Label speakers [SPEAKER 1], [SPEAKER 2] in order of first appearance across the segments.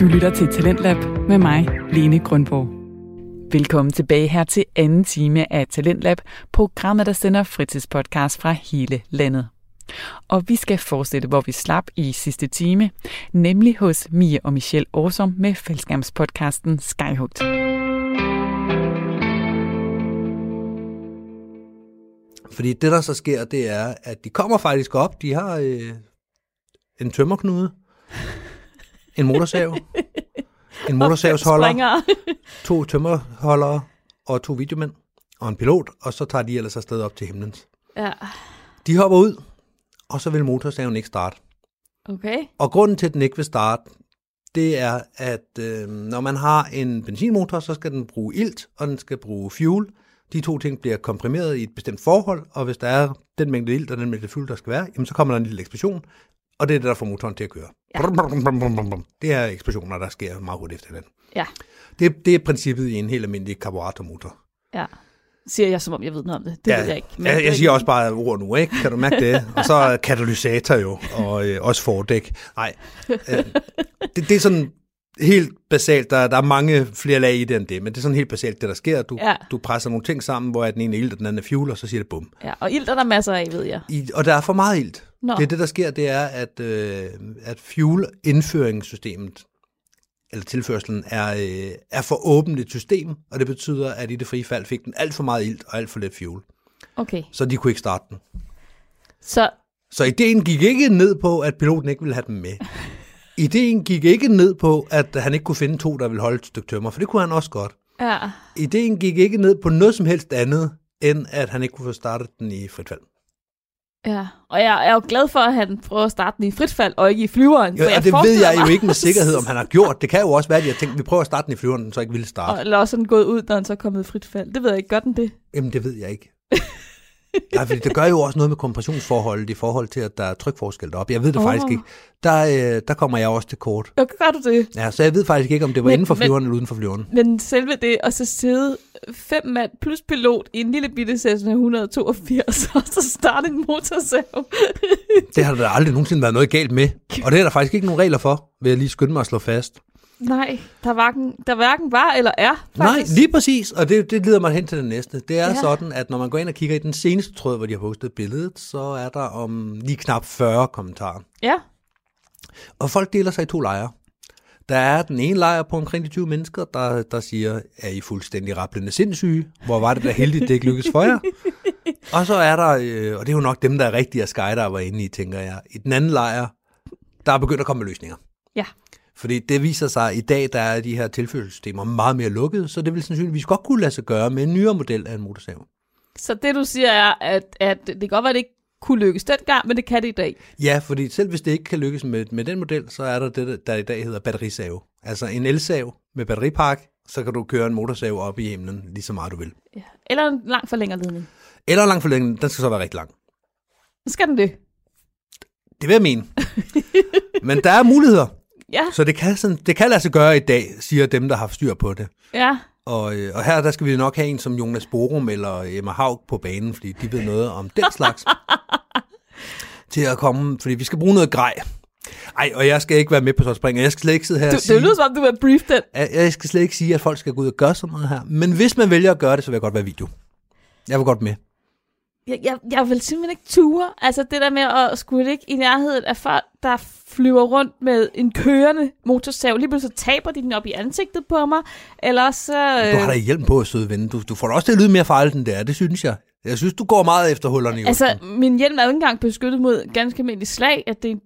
[SPEAKER 1] Du lytter til Talentlab med mig, Lene Grundborg. Velkommen tilbage her til anden time af Talentlab, programmet, der sender fritidspodcast fra hele landet. Og vi skal fortsætte, hvor vi slap i sidste time, nemlig hos Mia og Michelle Årsom med fællesskabspodcasten Skyhugt.
[SPEAKER 2] Fordi det, der så sker, det er, at de kommer faktisk op. De har øh, en tømmerknude, en motorsav, en motorsavsholder, to tømmerholdere og to videomænd og en pilot, og så tager de ellers afsted op til himlen.
[SPEAKER 3] Ja,
[SPEAKER 2] De hopper ud, og så vil motorsaven ikke starte.
[SPEAKER 3] okay.
[SPEAKER 2] Og grunden til, at den ikke vil starte, det er, at øh, når man har en benzinmotor, så skal den bruge ilt, og den skal bruge fuel. De to ting bliver komprimeret i et bestemt forhold, og hvis der er den mængde ilt og den mængde fuel, der skal være, jamen, så kommer der en lille eksplosion, og det er det, der får motoren til at køre. Ja. Brum, brum, brum, brum, brum, brum. Det er eksplosioner, der sker meget hurtigt efter den.
[SPEAKER 3] Ja,
[SPEAKER 2] Det, det er princippet i en helt almindelig karburatormotor.
[SPEAKER 3] ja. Siger jeg, som om jeg ved noget om det. Det ved jeg ikke.
[SPEAKER 2] Men jeg, jeg siger også bare ord nu, ikke? Kan du mærke det? Og så er katalysator jo, og øh, også fordæk. Nej, øh, det, det er sådan helt basalt. Der, der er mange flere lag i det end det, men det er sådan helt basalt, det der sker. Du,
[SPEAKER 3] Ja.
[SPEAKER 2] du presser nogle ting sammen, hvor den ene er ild, og den anden er fuel, og så siger det bum.
[SPEAKER 3] Ja, og ild er der masser af, ved jeg.
[SPEAKER 2] I, og der er for meget ilt.
[SPEAKER 3] Nå.
[SPEAKER 2] Det er det, der sker, det er, at, øh, at fuel-indføringssystemet, eller tilførselen, er, øh, er for åbent et system, og det betyder, at i det frie fald fik den alt for meget ilt og alt for lidt fuel.
[SPEAKER 3] Okay.
[SPEAKER 2] Så de kunne ikke starte den.
[SPEAKER 3] Så,
[SPEAKER 2] Så ideen gik ikke ned på, at piloten ikke ville have dem med. Ideen gik ikke ned på, at han ikke kunne finde to, der ville holde et stykke tømmer, for det kunne han også godt.
[SPEAKER 3] ja.
[SPEAKER 2] Ideen gik ikke ned på noget som helst andet, end at han ikke kunne få startet den i frit fald.
[SPEAKER 3] Ja, og jeg er jo glad for, at han prøver at starte den i frit fald, og ikke i flyveren.
[SPEAKER 2] Jo,
[SPEAKER 3] for
[SPEAKER 2] og det ved
[SPEAKER 3] forestiller
[SPEAKER 2] jeg jo
[SPEAKER 3] mig-
[SPEAKER 2] ikke med sikkerhed, om han har gjort. Det kan jo også være, at jeg tænkte, vi prøver at starte den i flyveren, den så ikke ville
[SPEAKER 3] Og,
[SPEAKER 2] starte.
[SPEAKER 3] eller også er den gået ud, når han så er kommet i frit fald. Det ved jeg ikke. Gør den det?
[SPEAKER 2] Jamen, det ved jeg ikke. Nej, fordi det gør jo også noget med kompressionsforholdet i forhold til, at der er trykforskel deroppe. Jeg ved det
[SPEAKER 3] Åh.
[SPEAKER 2] oh. faktisk ikke. Der, øh, der kommer jeg også til kort.
[SPEAKER 3] Jo, gør du det?
[SPEAKER 2] Ja, så jeg ved faktisk ikke, om det var
[SPEAKER 3] Men-
[SPEAKER 2] men, inden for
[SPEAKER 3] men-
[SPEAKER 2] flyveren eller uden for flyveren.
[SPEAKER 3] Men selve det, og så sidde fem mand plus pilot i en lille bitte Cessna 182, og så starte en motorsav.
[SPEAKER 2] Det har der aldrig nogensinde været noget galt med. Og det er der faktisk ikke nogen regler for, vil jeg lige skynde mig at slå fast.
[SPEAKER 3] Nej, der hverken, der hverken var eller er, faktisk.
[SPEAKER 2] Nej, lige præcis. Og det, det leder mig hen til det næste. Det er
[SPEAKER 3] Ja.
[SPEAKER 2] ja. sådan, at når man går ind og kigger i den seneste tråd, hvor de har postet billedet, så er der om lige knap 40 kommentarer.
[SPEAKER 3] Ja,
[SPEAKER 2] Og folk deler sig i to lejre. Der er den ene lejr på omkring de 20 mennesker, der, der siger, er I fuldstændig rappelende sindssyge? Hvor var det da heldigt, det ikke lykkedes for jer? Og så er der, øh, og det er jo nok dem, der er rigtige skydiver var inde i, tænker jeg. I den anden lejr, der er begyndt at komme med løsninger.
[SPEAKER 3] ja.
[SPEAKER 2] Fordi det viser sig, at i dag der er de her tilførselssystemer meget mere lukkede, så det vil sandsynligvis godt kunne lade sig gøre med en nyere model af en motorsav.
[SPEAKER 3] Så det, du siger, er, at, at det kan godt være, at det ikke kunne lykkes dengang, men det kan det i dag.
[SPEAKER 2] Ja, fordi selv hvis det ikke kan lykkes med, med den model, så er der det, der i dag hedder batterisave. Altså en elsav med batteripark, så kan du køre en motorsav op i himlen lige så meget du vil.
[SPEAKER 3] Ja. Eller en langt for længere ledning.
[SPEAKER 2] Eller lang forlængning, den skal så være rigtig lang.
[SPEAKER 3] Skal den det?
[SPEAKER 2] Det vil jeg mene. Men der er muligheder,
[SPEAKER 3] Ja,
[SPEAKER 2] så det kan, sådan, det kan lade sig gøre i dag, siger dem, der har haft styr på det.
[SPEAKER 3] ja.
[SPEAKER 2] Og, øh, og her der skal vi nok have en som Jonas Borum eller Emma Haug på banen, fordi de ved noget om den slags. til at komme, fordi vi skal bruge noget grej. Ej, og jeg skal ikke være med på sådan et spring, og jeg skal slet ikke sidde her
[SPEAKER 3] Du,
[SPEAKER 2] og sige,
[SPEAKER 3] det lyder som om, du vil brief den.
[SPEAKER 2] at- jeg skal slet ikke sige, at folk skal gå ud og gøre sådan noget her. Men hvis man vælger at gøre det, så vil jeg godt være video. Jeg vil godt med.
[SPEAKER 3] Jeg, jeg, jeg vil simpelthen ikke ture. Altså det der med at skulle ikke i nærheden af folk, der flyver rundt med en kørende motorsav. Lige pludselig så taber de den op i ansigtet på mig. Eller så... øh,
[SPEAKER 2] Du har da hjelm på, søde ven. Du, du får da også til at lyde mere farligt, end det er. Det synes jeg. Jeg synes, du går meget efter hullerne i
[SPEAKER 3] altså,
[SPEAKER 2] osten.
[SPEAKER 3] min hjelm er jo ikke engang beskyttet mod ganske almindelige slag. At det,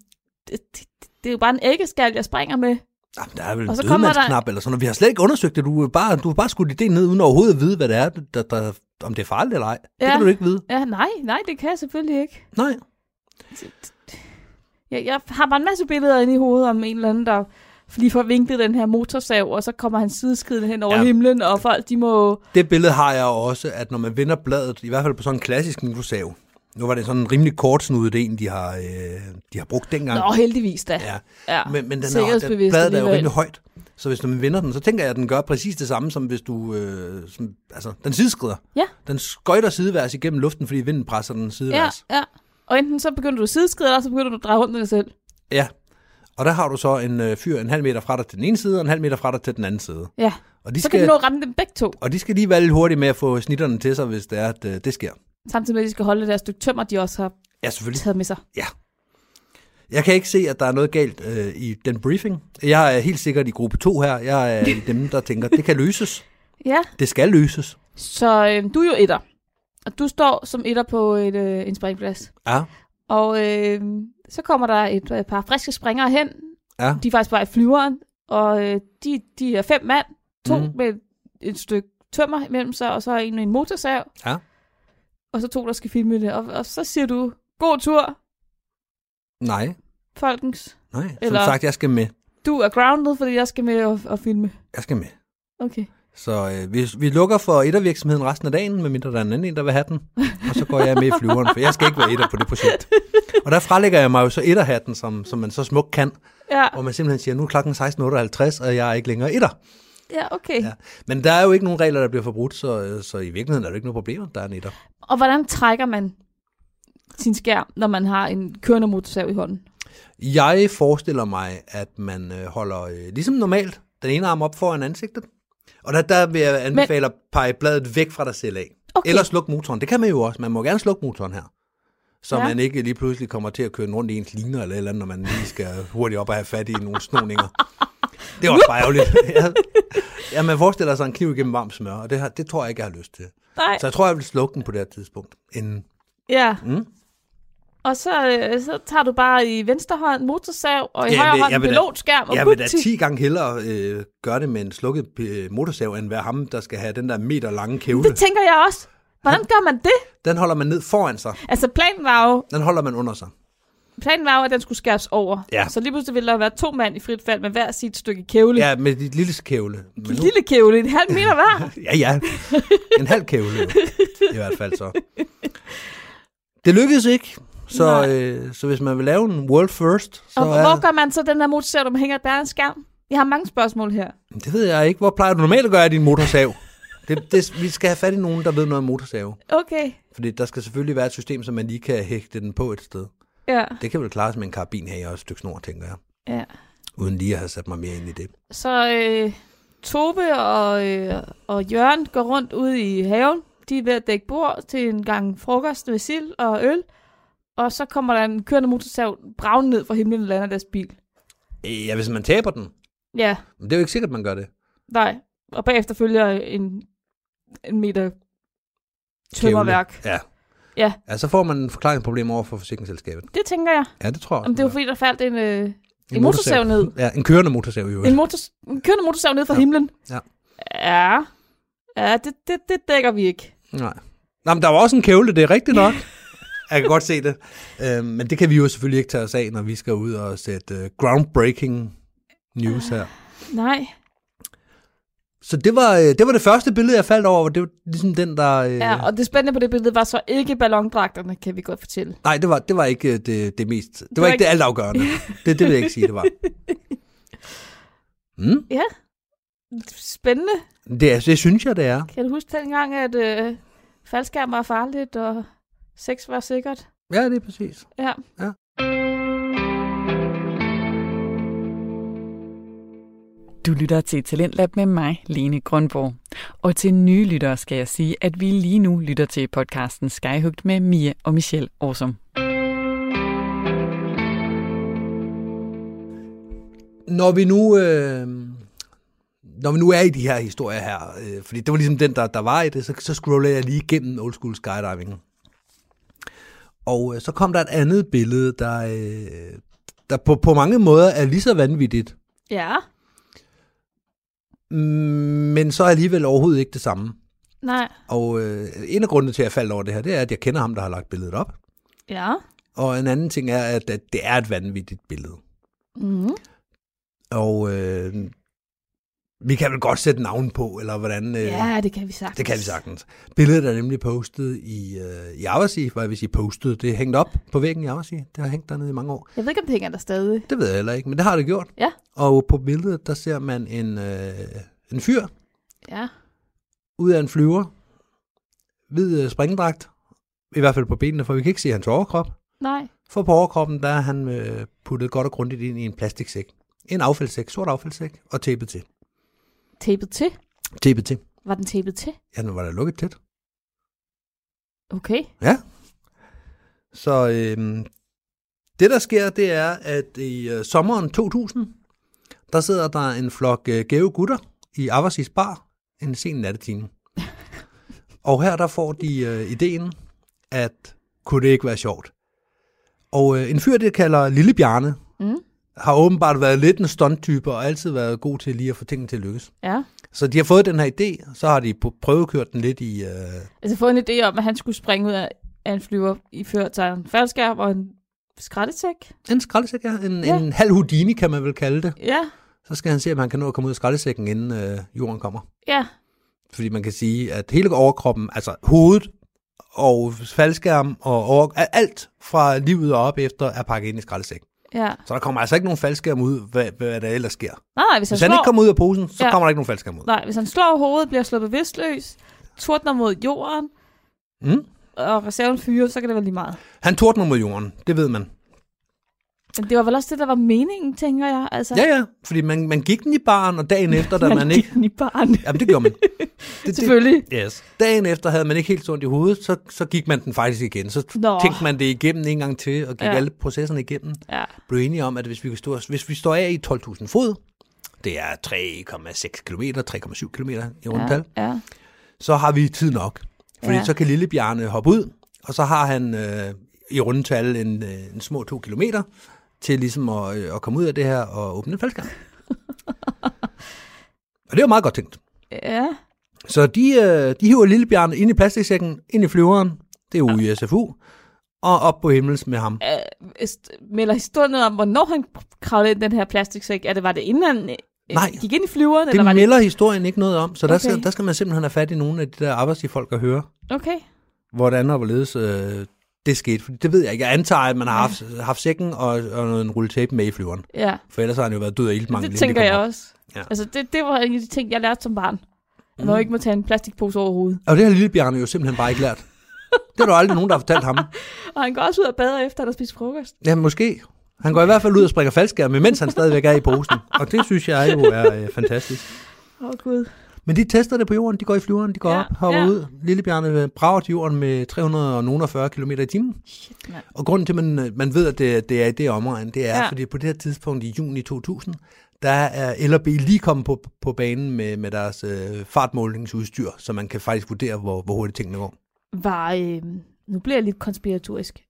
[SPEAKER 3] det, det, det er jo bare en æggeskal, jeg springer med.
[SPEAKER 2] Jamen, der er vel
[SPEAKER 3] og
[SPEAKER 2] en
[SPEAKER 3] så kommer der-
[SPEAKER 2] dødmandsknap eller sådan noget. Vi har slet ikke undersøgt det. Du er bare, du er bare skudt idéen ned, uden overhovedet at vide, hvad det er, der, der, om det er farligt eller ej. Ja.
[SPEAKER 3] Ja.
[SPEAKER 2] Det kan du ikke vide.
[SPEAKER 3] Ja, nej, nej, det kan jeg selvfølgelig ikke.
[SPEAKER 2] Nej.
[SPEAKER 3] Jeg, jeg har bare en masse billeder inde i hovedet om en eller anden, der lige får vinklet den her motorsav, og så kommer han sideskridende hen over ja.
[SPEAKER 2] Ja.
[SPEAKER 3] himlen, og folk, de må...
[SPEAKER 2] Det billede har jeg også, at når man vender bladet, i hvert fald på sådan en klassisk mikrosav, nu var det sådan en rimelig kortsnudet en, de har, øh, de har brugt dengang.
[SPEAKER 3] Nå, heldigvis da.
[SPEAKER 2] Ja.
[SPEAKER 3] ja.
[SPEAKER 2] Men, men den er, den,
[SPEAKER 3] Sikkerhedsbevidst
[SPEAKER 2] bladet er jo
[SPEAKER 3] alligevel.
[SPEAKER 2] rimelig højt, så hvis man vender den, så tænker jeg, at den gør præcis det samme, som hvis du... Øh, som, altså, den sideskrider.
[SPEAKER 3] Ja.
[SPEAKER 2] Den skøjter sideværs igennem luften, fordi vinden presser den
[SPEAKER 3] ja,
[SPEAKER 2] sideværs.
[SPEAKER 3] ja. Og enten så begynder du at sideskride, eller så begynder du at dreje rundt med dig selv.
[SPEAKER 2] Ja. Og der har du så en øh, fyr en halv meter fra dig til den ene side, og en halv meter fra dig til den anden side.
[SPEAKER 3] Ja.
[SPEAKER 2] Og de,
[SPEAKER 3] Så kan
[SPEAKER 2] skal,
[SPEAKER 3] de nå at ramme dem begge to,
[SPEAKER 2] og de skal lige være lidt hurtige med at få snitterne til sig, hvis det er, at øh, det sker.
[SPEAKER 3] samtidig med, at de skal holde det der stykke tømmer, de også har
[SPEAKER 2] Ja, selvfølgelig.
[SPEAKER 3] taget med sig.
[SPEAKER 2] Jeg kan ikke se, at der er noget galt øh, i den briefing. Jeg er helt sikkert i gruppe 2 her. Jeg er i dem, der tænker, det kan løses.
[SPEAKER 3] Ja.
[SPEAKER 2] Det skal løses.
[SPEAKER 3] Så øh, du er jo etter. Og du står som etter på et, øh, en springplads.
[SPEAKER 2] Ja,
[SPEAKER 3] Og øh, så kommer der et øh, par friske springere hen.
[SPEAKER 2] Ja.
[SPEAKER 3] De er faktisk bare i flyveren. Og øh, de, de er fem mand. To
[SPEAKER 2] Mhm.
[SPEAKER 3] mm. med et stykke tømmer imellem sig, og så en med en motorsav.
[SPEAKER 2] Ja.
[SPEAKER 3] Og så to, der skal filme det. Og, og så siger du, god tur,
[SPEAKER 2] nej,
[SPEAKER 3] folkens.
[SPEAKER 2] nej. Som
[SPEAKER 3] Eller-
[SPEAKER 2] sagt, jeg skal med.
[SPEAKER 3] Du er grounded, fordi jeg skal med og, og filme.
[SPEAKER 2] Jeg skal med.
[SPEAKER 3] Okay.
[SPEAKER 2] Så øh, vi, vi lukker for ettervirksomheden resten af dagen, medmindre der er en anden en, der vil have den. Og så går jeg med i flyveren, for jeg skal ikke være etter på det projekt. Og der frelægger jeg mig jo så etterhatten, som, som man så smukt kan,
[SPEAKER 3] Ja,
[SPEAKER 2] hvor man simpelthen siger, nu er klokken 16.58, og jeg er ikke længere etter.
[SPEAKER 3] ja okay.
[SPEAKER 2] Ja.
[SPEAKER 3] Ja.
[SPEAKER 2] Men der er jo ikke nogen regler, der bliver forbrudt, så, øh, så i virkeligheden er der jo ikke nogen problemer, der er en etter.
[SPEAKER 3] Og hvordan trækker man sin skærm, når man har en kørende motorsav i hånden?
[SPEAKER 2] Jeg forestiller mig, at man øh, holder, øh, ligesom normalt, den ene arm op foran ansigtet. Og der, der vil jeg anbefale at pege bladet væk fra dig selv af.
[SPEAKER 3] Okay.
[SPEAKER 2] Eller sluk motoren. Det kan man jo også. Man må gerne slukke motoren her. Så ja.
[SPEAKER 3] Ja.
[SPEAKER 2] man ikke lige pludselig kommer til at køre den rundt i ens ligner eller et eller andet, når man lige skal hurtigt op og have fat i nogle snoninger. Det er også bare ærgerligt. ja. ja, man forestiller sig en kniv igennem varmt smør, og det, har, det tror jeg ikke, jeg har lyst til.
[SPEAKER 3] Nej.
[SPEAKER 2] Så jeg tror, jeg vil slukke den på det her tidspunkt. Inden.
[SPEAKER 3] Ja.
[SPEAKER 2] Mm.
[SPEAKER 3] Og så, øh, så tager du bare i venstre hånd motorsav, og i
[SPEAKER 2] Jeg
[SPEAKER 3] højre
[SPEAKER 2] vil-
[SPEAKER 3] hånd
[SPEAKER 2] jeg vil da-
[SPEAKER 3] pilotskærm og
[SPEAKER 2] Jeg vil da
[SPEAKER 3] butti.
[SPEAKER 2] 10 gange hellere øh, gøre det med en slukket øh, motorsav, end være ham, der skal have den der meter lange kævle.
[SPEAKER 3] Det tænker jeg også. Hvordan gør man det?
[SPEAKER 2] Den holder man ned foran sig.
[SPEAKER 3] Altså planen var jo,
[SPEAKER 2] Den holder man under sig.
[SPEAKER 3] planen var jo at den skulle skæres over.
[SPEAKER 2] Ja.
[SPEAKER 3] Så lige pludselig ville der være to mand i frit fald med hver sit stykke kævle.
[SPEAKER 2] Ja, med dit lille kævle. Men
[SPEAKER 3] En lille kævle, en halv meter hver.
[SPEAKER 2] Ja, ja. En halv kævle jo. i hvert fald så. Det lykkedes ikke. Så,
[SPEAKER 3] Nej.
[SPEAKER 2] øh, så hvis man vil lave en world first, så
[SPEAKER 3] og hvor
[SPEAKER 2] er,
[SPEAKER 3] gør man så den der motorsav, når man hænger der er en skærm? Jeg har mange spørgsmål her.
[SPEAKER 2] det ved jeg ikke. Hvor plejer du normalt at gøre af din motorsav? Det, det, vi skal have fat i nogen, der ved noget om motorsav.
[SPEAKER 3] Okay.
[SPEAKER 2] Fordi der skal selvfølgelig være et system, så man lige kan hægte den på et sted.
[SPEAKER 3] Ja.
[SPEAKER 2] Det kan vel klares med en karabin her og et stykke snor, tænker jeg.
[SPEAKER 3] ja.
[SPEAKER 2] Uden lige at have sat mig mere ind i det.
[SPEAKER 3] Så øh, Tobe og, øh, og Jørgen går rundt ude i haven. De er ved at dække bord til en gang frokost med sild og øl. Og så kommer der en kørende motorsav braven ned fra himlen og lander deres bil.
[SPEAKER 2] Øh, Ja, hvis man taber den.
[SPEAKER 3] Ja,
[SPEAKER 2] Men det er jo ikke sikkert, man gør det.
[SPEAKER 3] nej. Og bagefter følger en, en meter tømmerværk.
[SPEAKER 2] Ja.
[SPEAKER 3] Ja.
[SPEAKER 2] ja. så får man en forklaringsproblem over for forsikringsselskabet.
[SPEAKER 3] Det tænker jeg.
[SPEAKER 2] Ja, det tror jeg.
[SPEAKER 3] Om det er jo
[SPEAKER 2] også,
[SPEAKER 3] fordi, der faldt en, øh,
[SPEAKER 2] man gør.
[SPEAKER 3] en motorsav ned.
[SPEAKER 2] Ja, en kørende motorsav i øvrigt.
[SPEAKER 3] En, motors- en kørende motorsav ned fra
[SPEAKER 2] Ja.
[SPEAKER 3] himlen.
[SPEAKER 2] Ja.
[SPEAKER 3] Ja, ja det, det, det dækker vi ikke.
[SPEAKER 2] Nej. Nå, men der var også en kævle, det er rigtigt nok. Jeg kan godt se det. Øhm, men det kan vi jo selvfølgelig ikke tage os af, når vi skal ud og sætte øh, groundbreaking news her.
[SPEAKER 3] Nej.
[SPEAKER 2] Så det var, øh, det var det første billede, jeg faldt over. Det var ligesom den, der... Øh,
[SPEAKER 3] Ja, og det spændende på det billede var så ikke ballondragterne, kan vi godt fortælle.
[SPEAKER 2] Nej, det var, det var ikke øh, det, det mest... Det, var
[SPEAKER 3] var
[SPEAKER 2] ikke det
[SPEAKER 3] ikke-
[SPEAKER 2] altafgørende. det, det vil jeg ikke sige, det var. Mm,
[SPEAKER 3] Spændende.
[SPEAKER 2] det, det synes jeg, det er.
[SPEAKER 3] Kan du huske dengang, at øh, faldskærm var farligt, og sex var sikkert?
[SPEAKER 2] Ja, det er præcis.
[SPEAKER 3] Ja.
[SPEAKER 2] Ja.
[SPEAKER 1] Du lytter til Talentlab med mig, Lene Grundborg. Og til nye lyttere skal jeg sige, at vi lige nu lytter til podcasten Skyhugt med Mia og Michelle Årsum.
[SPEAKER 2] Når vi nu... Øh, når vi nu er i de her historier her, øh, fordi det var ligesom den, der, der var i det, så, så scrollede jeg lige igennem old school skydiving. Og øh, så kom der et andet billede, der, øh, der på, på mange måder er lige så vanvittigt,
[SPEAKER 3] Ja.
[SPEAKER 2] mm, men så alligevel overhovedet ikke det samme.
[SPEAKER 3] Nej.
[SPEAKER 2] Og øh, en af grundene til, at jeg faldt over det her, det er, at jeg kender ham, der har lagt billedet op.
[SPEAKER 3] Ja.
[SPEAKER 2] Og en anden ting er, at, at det er et vanvittigt billede.
[SPEAKER 3] Mm-hmm.
[SPEAKER 2] Og øh, vi kan vel godt sætte navn på, eller hvordan... Øh,
[SPEAKER 3] Ja, det kan vi sagtens.
[SPEAKER 2] Det kan vi sagtens. Billedet er nemlig postet i, øh, i Aversi, hvad jeg vil sige postet. Det er hængt op på væggen i Aversi. Det har hængt dernede i mange år.
[SPEAKER 3] Jeg ved ikke, om det hænger der stadig.
[SPEAKER 2] Det ved jeg heller ikke, men det har det gjort.
[SPEAKER 3] Ja.
[SPEAKER 2] Og på billedet, der ser man en, øh, en fyr
[SPEAKER 3] Ja.
[SPEAKER 2] ud af en flyver. Hvid øh, springdragt. I hvert fald på benene, for vi kan ikke se hans overkrop.
[SPEAKER 3] Nej.
[SPEAKER 2] For på overkroppen, der er han øh, puttet godt og grundigt ind i en plastiksæk. En affaldssæk, sort affaldssæk, og tæppet til.
[SPEAKER 3] Tapet til?
[SPEAKER 2] Tæppet til.
[SPEAKER 3] Var den tapet til?
[SPEAKER 2] Ja, den var da lukket tæt.
[SPEAKER 3] Okay.
[SPEAKER 2] Så øhm, det, der sker, det er, at i øh, sommeren 2000, der sidder der en flok øh, gæve gutter i Aversis Bar en sen nattetime. Og her der får de øh, ideen, at kunne det ikke være sjovt. Og øh, en fyr, det kalder Lille Bjarne,
[SPEAKER 3] Mm.
[SPEAKER 2] har åbenbart været lidt en stunttype og altid været god til lige at få tingene til at lykkes.
[SPEAKER 3] Ja.
[SPEAKER 2] Så de har fået den her idé, så har de på- prøvekørt den lidt i... Øh,
[SPEAKER 3] Altså få en idé om, at han skulle springe ud af af en flyver i ført sig en faldskærm og en skrattesæk.
[SPEAKER 2] en skraldesæk, ja. En,
[SPEAKER 3] Ja.
[SPEAKER 2] ja. en halv Houdini, kan man vel kalde det.
[SPEAKER 3] Ja,
[SPEAKER 2] Så skal han se, om han kan nå at komme ud af skraldesækken, inden øh, jorden kommer.
[SPEAKER 3] ja,
[SPEAKER 2] Fordi man kan sige, at hele overkroppen, altså hovedet og faldskærm og over, al- alt fra livet og op efter, er pakket ind i skraldesækken.
[SPEAKER 3] ja.
[SPEAKER 2] Så der kommer altså ikke nogen faldskærm ud, hvad, hvad der ellers sker.
[SPEAKER 3] Nej, nej, hvis han,
[SPEAKER 2] Hvis han
[SPEAKER 3] slår,
[SPEAKER 2] ikke kommer ud af posen, så
[SPEAKER 3] Ja.
[SPEAKER 2] ja. kommer der ikke nogen faldskærm ud.
[SPEAKER 3] nej, hvis han slår hovedet, bliver slået bevidstløs, tordner mod jorden,
[SPEAKER 2] Mm?
[SPEAKER 3] og reserven fyre, så kan det være lige meget.
[SPEAKER 2] Han tordner mod jorden, det ved man.
[SPEAKER 3] Men det var vel også det, der var meningen, tænker jeg. Altså,
[SPEAKER 2] Ja, ja, fordi man, man gik den i baren, og dagen efter, da man ikke...
[SPEAKER 3] I barn.
[SPEAKER 2] Jamen, det gjorde man. Det, det,
[SPEAKER 3] Selvfølgelig.
[SPEAKER 2] Yes. Dagen efter havde man ikke helt sundt i hovedet, så, så gik man den faktisk igen. Så
[SPEAKER 3] Nå.
[SPEAKER 2] Nå. tænkte man det igennem en gang til, og gik
[SPEAKER 3] Ja.
[SPEAKER 2] ja. alle processerne igennem.
[SPEAKER 3] Ja.
[SPEAKER 2] Blev enige om, at hvis vi, kan stå, hvis vi står af i 12.000 fod, det er 3,6 km, 3,7 km i rundtal, ja.
[SPEAKER 3] Ja.
[SPEAKER 2] så har vi tid nok. Fordi
[SPEAKER 3] Ja.
[SPEAKER 2] ja. så kan lille Bjarne hoppe ud, og så har han øh, i rundtal en, øh, en små 2 km til ligesom at, øh, at komme ud af det her og åbne en faldskærm. og det var meget godt tænkt.
[SPEAKER 3] ja.
[SPEAKER 2] Så de, øh, de hiver Lillebjørn ind i plastiksækken, ind i flyveren, det er jo i SFU, og op på himmels med ham.
[SPEAKER 3] Øh, est- melder historien noget om, hvornår han kravlede ind i den her plastiksæk? Er det, var det inden han øh,
[SPEAKER 2] Nej.
[SPEAKER 3] gik ind i flyveren?
[SPEAKER 2] Det
[SPEAKER 3] eller var
[SPEAKER 2] melder historien ikke noget om, så der,
[SPEAKER 3] Okay.
[SPEAKER 2] okay. skal, der skal man simpelthen have fat i nogle af de der arbejdsfolk og høre,
[SPEAKER 3] det... Okay.
[SPEAKER 2] hvordan og hvorledes øh, det skete. For det ved jeg ikke. Jeg antager, at man har haft, haft sækken og, og noget- en rulletape med i flyveren.
[SPEAKER 3] Ja.
[SPEAKER 2] For ellers har han jo været død af ildmangel.
[SPEAKER 3] det
[SPEAKER 2] inden
[SPEAKER 3] tænker
[SPEAKER 2] kom
[SPEAKER 3] jeg
[SPEAKER 2] op.
[SPEAKER 3] også. Ja.
[SPEAKER 2] Ja. Mm.
[SPEAKER 3] Altså, det, det var en af de ting, jeg lærte som barn. At man ikke må tage en plastikpose over hovedet.
[SPEAKER 2] Og det har Lillebjørn jo simpelthen bare ikke lært. Det er der aldrig nogen, der har fortalt ham.
[SPEAKER 3] Og han går også ud og bader efter, at der spiser frokost.
[SPEAKER 2] Ja, måske. Han går i hvert fald ud og springer faldskærm, mens han stadigvæk er i posen. Og det synes jeg jo er øh, fantastisk.
[SPEAKER 3] Åh, oh, Gud.
[SPEAKER 2] Men de tester det på jorden, de går i flyveren, de går
[SPEAKER 3] Ja,
[SPEAKER 2] ja, op, hopper
[SPEAKER 3] ja.
[SPEAKER 2] ja. ud. Lillebjørne brager til jorden med 340 km i timen.
[SPEAKER 3] Shit, mand.
[SPEAKER 2] Og grunden til, at man, øh, man ved, at det, det er i det omegn, det er,
[SPEAKER 3] Ja.
[SPEAKER 2] ja. fordi på det her tidspunkt i juni 2000, der er LRB lige kommet på, på banen med, med deres øh, fartmålingsudstyr, så man kan faktisk vurdere, hvor, hvor hurtigt tingene går.
[SPEAKER 3] Var, øh, nu bliver jeg lidt konspiratorisk.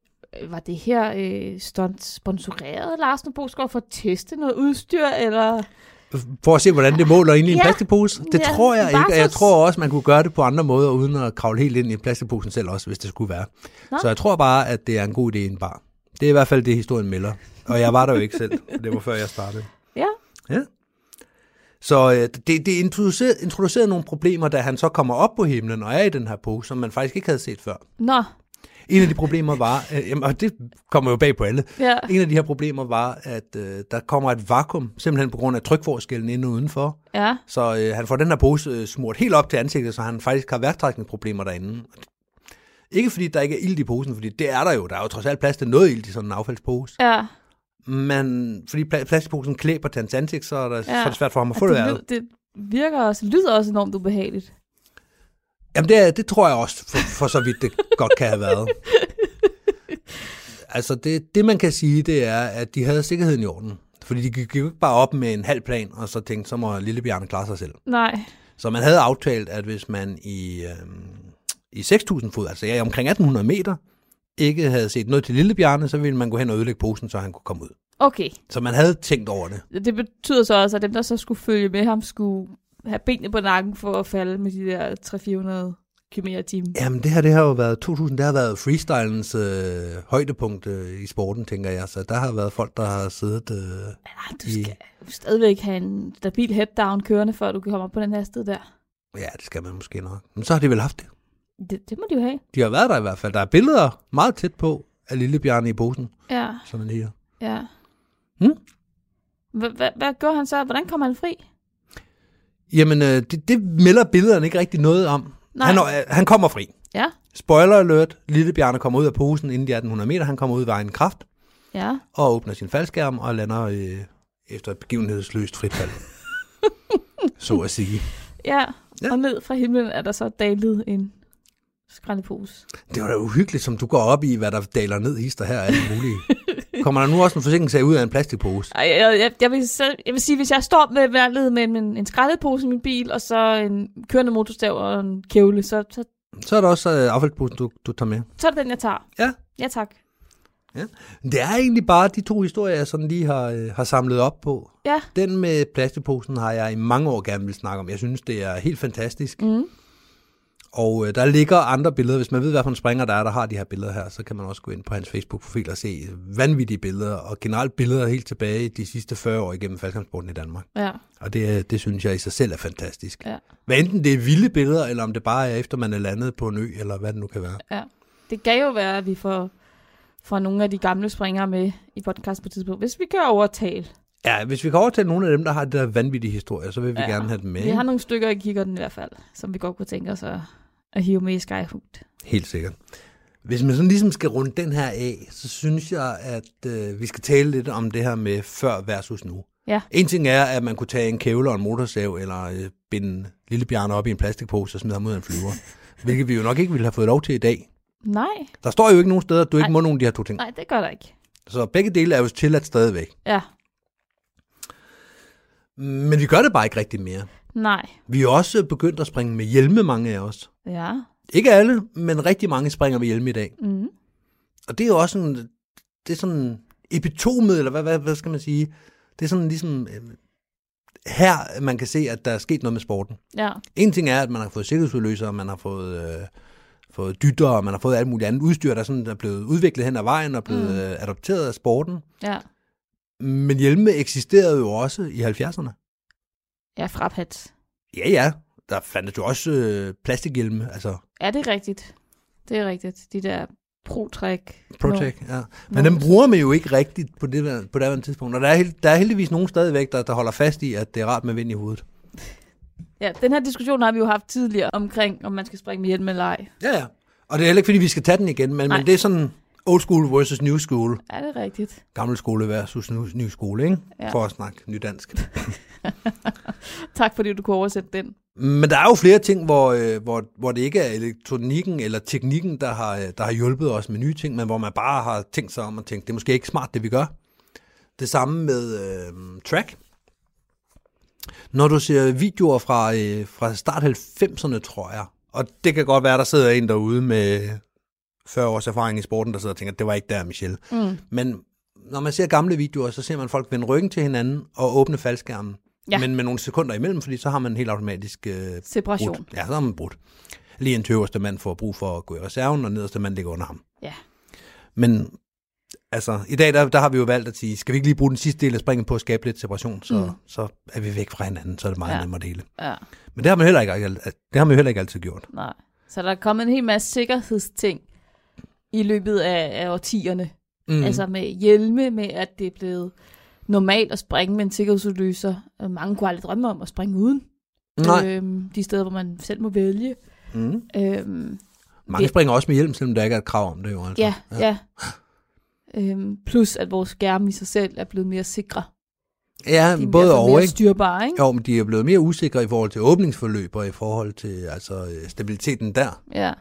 [SPEAKER 3] Øh, Var det her øh, stunt sponsoreret, Lars Nobosgaard, for at teste noget udstyr, eller...
[SPEAKER 2] For at se, hvordan det måler ind i en
[SPEAKER 3] Ja.
[SPEAKER 2] plastikpose, det
[SPEAKER 3] Ja,
[SPEAKER 2] tror jeg
[SPEAKER 3] bare
[SPEAKER 2] ikke. Og jeg
[SPEAKER 3] så-
[SPEAKER 2] tror også, man kunne gøre det på andre måder, uden at kravle helt ind i plastikposen selv også, hvis det skulle være.
[SPEAKER 3] Nå.
[SPEAKER 2] Så jeg tror bare, at det er en god idé i en bar. Det er i hvert fald det, historien melder. Og jeg var der jo ikke selv, for det var før jeg startede.
[SPEAKER 3] Ja.
[SPEAKER 2] ja. Så øh, det, det introducerede, introducerede nogle problemer, da han så kommer op på himlen og er i den her pose, som man faktisk ikke havde set før.
[SPEAKER 3] Nå,
[SPEAKER 2] En af de problemer var, øh, jamen, og det kommer jo bag på alle,
[SPEAKER 3] ja.
[SPEAKER 2] en af de her problemer var, at øh, der kommer et vakuum, simpelthen på grund af trykforskellen inde og udenfor.
[SPEAKER 3] Ja,
[SPEAKER 2] Så øh, han får den her pose øh, smurt helt op til ansigtet, så han faktisk har værktrækningsproblemer derinde. Ikke fordi der ikke er ild i posen, fordi det er der jo. Der er jo trods alt plads til noget ild i sådan en affaldspose.
[SPEAKER 3] ja.
[SPEAKER 2] Men fordi pla- plastikposen klæber til hans ansigt, så er, der, ja. så er
[SPEAKER 3] Ja.
[SPEAKER 2] det svært for ham at
[SPEAKER 3] Og
[SPEAKER 2] få det
[SPEAKER 3] det,
[SPEAKER 2] af.
[SPEAKER 3] lyd, det virker også, lyder også enormt ubehageligt.
[SPEAKER 2] Jamen det, er- det tror jeg også, for, for så vidt det godt kan have været. Altså det, det man kan sige, det er, at de havde sikkerheden i orden. Fordi de gik jo ikke bare op med en halv plan, og så tænkte, så må lille Bjarne klare sig selv.
[SPEAKER 3] Nej,
[SPEAKER 2] Så man havde aftalt, at hvis man i, øh, i 6.000 fod, altså ja, omkring 1.800 meter, ikke havde set noget til Lillebjørne, så ville man gå hen og ødelægge posen, så han kunne komme ud.
[SPEAKER 3] okay.
[SPEAKER 2] Så man havde tænkt over det.
[SPEAKER 3] Det betyder så også, at dem, der så skulle følge med ham, skulle have benene på nakken for at falde med de der 300-400 km i timen.
[SPEAKER 2] Jamen det her, det har jo været 2000, det har været freestylens øh, højdepunkt øh, i sporten, tænker jeg. Så der har været folk, der har siddet... Øh,
[SPEAKER 3] Ja, du
[SPEAKER 2] i-
[SPEAKER 3] skal yeah. stadigvæk have en stabil head-down kørende, før du kan komme op på den hastighed der.
[SPEAKER 2] ja, det skal man måske nok. Men så har de vel haft det.
[SPEAKER 3] Det, det må de jo have.
[SPEAKER 2] De har været der i hvert fald. Der er billeder meget tæt på af Lillebjørne i posen,
[SPEAKER 3] Ja,
[SPEAKER 2] som man siger.
[SPEAKER 3] ja.
[SPEAKER 2] Hmm?
[SPEAKER 3] Hva- hva- Hvad gjorde han så? Hvordan kom han fri?
[SPEAKER 2] Jamen, øh, det, det melder billederne ikke rigtig noget om.
[SPEAKER 3] Nej.
[SPEAKER 2] Han, øh, han kommer fri.
[SPEAKER 3] Ja,
[SPEAKER 2] Spoiler alert, lille Bjarne kommer ud af posen, inden de er 1800 meter. Han kommer ud ved egen kraft
[SPEAKER 3] ja.
[SPEAKER 2] og åbner sin faldskærm og lander øh, efter et begivenhedsløst fritfald. så at sige.
[SPEAKER 3] Ja,
[SPEAKER 2] Ja.
[SPEAKER 3] og ned fra himlen er der så dalet en skraldepose.
[SPEAKER 2] Det var da uhyggeligt, som du går op i, hvad der daler ned hister her og alt muligt. Kommer der nu også en forsinkelse ud af en plastikpose?
[SPEAKER 3] Ej, jeg, jeg, jeg, vil, selv- jeg vil sige, hvis jeg står med valget mellem en, en skraldepose i min bil, og så en kørende motorstav og en kævle, så, så,
[SPEAKER 2] Så er der også øh, affaldsposen, du, du tager med.
[SPEAKER 3] så er det den, jeg tager.
[SPEAKER 2] Ja.
[SPEAKER 3] Ja, tak.
[SPEAKER 2] Det er egentlig bare de to historier, jeg sådan lige har, øh, har samlet op på.
[SPEAKER 3] Ja.
[SPEAKER 2] Den med plastikposen har jeg i mange år gerne vil snakke om. Jeg synes, det er helt fantastisk.
[SPEAKER 3] Mm.
[SPEAKER 2] Og øh, der ligger andre billeder. Hvis man ved, hvilken springer der er, der har de her billeder her, så kan man også gå ind på hans Facebook-profil og se øh, vanvittige billeder, og generelt billeder helt tilbage de sidste 40 år igennem faldkampsporten i Danmark.
[SPEAKER 3] Ja.
[SPEAKER 2] Og det, øh, det synes jeg i sig selv er fantastisk.
[SPEAKER 3] Ja.
[SPEAKER 2] Hvad enten det er vilde billeder, eller om det bare er efter, man er landet på en ø, eller hvad det nu kan være.
[SPEAKER 3] Det kan jo være, at vi får, får nogle af de gamle springere med i podcast på et tidspunkt, hvis vi kan overtale.
[SPEAKER 2] Ja, hvis vi kan overtale nogle af dem, der har det der vanvittige historie, så vil vi
[SPEAKER 3] Ja.
[SPEAKER 2] ja. gerne have dem med.
[SPEAKER 3] Vi
[SPEAKER 2] ikke?
[SPEAKER 3] har nogle stykker i kikkerten i hvert fald, som vi godt kunne tænke os at, at hive med i Skyhugt.
[SPEAKER 2] Helt sikkert. Hvis man sådan ligesom skal runde den her af, så synes jeg, at øh, vi skal tale lidt om det her med før versus nu.
[SPEAKER 3] Ja.
[SPEAKER 2] En ting er, at man kunne tage en kævle og en motorsav, eller øh, binde lille Bjarne op i en plastikpose og smide ham ud af en flyver. hvilket vi jo nok ikke ville have fået lov til i dag.
[SPEAKER 3] Nej,
[SPEAKER 2] Der står jo ikke nogen steder, at du ikke
[SPEAKER 3] Nej.
[SPEAKER 2] må nogen af de her to ting.
[SPEAKER 3] nej, det gør der ikke.
[SPEAKER 2] Så begge dele er jo tilladt stadigvæk.
[SPEAKER 3] Ja,
[SPEAKER 2] Men vi gør det bare ikke rigtig mere.
[SPEAKER 3] nej,
[SPEAKER 2] Vi er jo også begyndt at springe med hjelme, mange af os.
[SPEAKER 3] ja,
[SPEAKER 2] Ikke alle, men rigtig mange springer med hjelme i dag.
[SPEAKER 3] mm.
[SPEAKER 2] Og det er jo også sådan, det er sådan epitomet, eller hvad, hvad, hvad skal man sige? Det er sådan ligesom øh, her, man kan se, at der er sket noget med sporten.
[SPEAKER 3] ja,
[SPEAKER 2] En ting er, at man har fået sikkerhedsudløsere, man har fået, øh, fået dytter, og man har fået alt muligt andet udstyr, der sådan er blevet udviklet hen ad vejen og blevet
[SPEAKER 3] Mm.
[SPEAKER 2] mm. øh, adopteret af sporten.
[SPEAKER 3] ja.
[SPEAKER 2] Men hjelme eksisterede jo også i 70'erne.
[SPEAKER 3] Ja, fraphat.
[SPEAKER 2] Ja, ja. Der fandtes jo også øh, plastikhjelme, altså
[SPEAKER 3] Er det rigtigt? Det er rigtigt. De der pro-træk.
[SPEAKER 2] Protect, ja.
[SPEAKER 3] Nå.
[SPEAKER 2] Men den bruger man jo ikke rigtigt på det, der- på det andet tidspunkt. Og der er, hel- der er heldigvis nogen stadigvæk, der, der holder fast i, at det er rart med vind i hovedet.
[SPEAKER 3] Ja, den her diskussion har vi jo haft tidligere omkring, om man skal springe med hjelm eller ej.
[SPEAKER 2] Ja, ja. Og det er heller ikke, fordi vi skal tage den igen, men,
[SPEAKER 3] Nej.
[SPEAKER 2] men det er sådan old school versus new school.
[SPEAKER 3] Er det rigtigt?
[SPEAKER 2] Gammel skole versus ny, ny skole, ikke?
[SPEAKER 3] Ja.
[SPEAKER 2] Ja. For at snakke nydansk.
[SPEAKER 3] Tak fordi du kunne oversætte den.
[SPEAKER 2] Men der er jo flere ting, hvor, øh, hvor, hvor det ikke er elektronikken eller teknikken, der har, øh, der har hjulpet os med nye ting, men hvor man bare har tænkt sig om og tænkt, det er måske ikke smart, det vi gør. Det samme med øh, track. Når du ser videoer fra, øh, fra start 90'erne, tror jeg, og det kan godt være, der sidder en derude med 40 års erfaring i sporten, der sidder og tænker, det var ikke der, Michelle.
[SPEAKER 3] Mm.
[SPEAKER 2] Men når man ser gamle videoer, så ser man folk vende ryggen til hinanden og åbne faldskærmen.
[SPEAKER 3] Ja.
[SPEAKER 2] Ja. Men med nogle sekunder imellem, fordi så har man helt automatisk øh,
[SPEAKER 3] Separation.
[SPEAKER 2] brudt. Ja, så har man brudt. Lige en øverste mand får brug for at gå i reserven, og nederste mand ligger under ham.
[SPEAKER 3] Ja.
[SPEAKER 2] Men altså, i dag der, der har vi jo valgt at sige, skal vi ikke lige bruge den sidste del af springet på at skabe lidt separation, så,
[SPEAKER 3] Mm.
[SPEAKER 2] mm. så er vi væk fra hinanden, så er det meget
[SPEAKER 3] Ja.
[SPEAKER 2] ja. nemmere at dele.
[SPEAKER 3] Ja,
[SPEAKER 2] Men det har man heller ikke, al- det har man jo heller ikke altid gjort.
[SPEAKER 3] nej. Så der er kommet en hel masse sikkerhedsting i løbet af, af årtierne. Mm.
[SPEAKER 2] Mm.
[SPEAKER 3] Altså med hjelme, med at det er blevet normalt at springe med en sikkerhedsudløser. Og Mange kunne aldrig drømme om at springe uden.
[SPEAKER 2] Mm. Nej.
[SPEAKER 3] Øhm, de steder, hvor man selv må vælge.
[SPEAKER 2] Mm.
[SPEAKER 3] Øhm,
[SPEAKER 2] Mange
[SPEAKER 3] det-
[SPEAKER 2] springer også med hjelm, selvom der ikke er et krav om det jo. Altså.
[SPEAKER 3] Ja, ja. øhm, plus at vores skærme i sig selv er blevet mere sikre.
[SPEAKER 2] ja
[SPEAKER 3] De er
[SPEAKER 2] både
[SPEAKER 3] mere,
[SPEAKER 2] og,
[SPEAKER 3] mere
[SPEAKER 2] ikke?
[SPEAKER 3] styrbare, ikke?
[SPEAKER 2] Jo, men de er blevet mere usikre i forhold til åbningsforløb og i forhold til altså, øh, stabiliteten der.
[SPEAKER 3] Ja.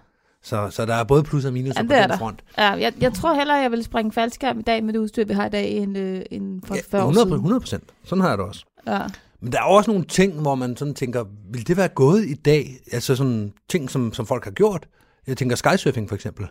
[SPEAKER 2] Så, så der er både plus og minus
[SPEAKER 3] Ja,
[SPEAKER 2] på
[SPEAKER 3] det er
[SPEAKER 2] den
[SPEAKER 3] der.
[SPEAKER 2] front.
[SPEAKER 3] ja jeg, jeg tror hellere, jeg vil springe faldskærm i dag med det udstyr, vi har i dag, end, øh, end for ja, 40 år
[SPEAKER 2] 100,
[SPEAKER 3] siden.
[SPEAKER 2] 100 procent. Sådan har jeg det også.
[SPEAKER 3] Ja.
[SPEAKER 2] Men der er også nogle ting, hvor man sådan tænker, vil det være gået i dag? Altså sådan ting, som, som folk har gjort. Jeg tænker skysurfing for eksempel.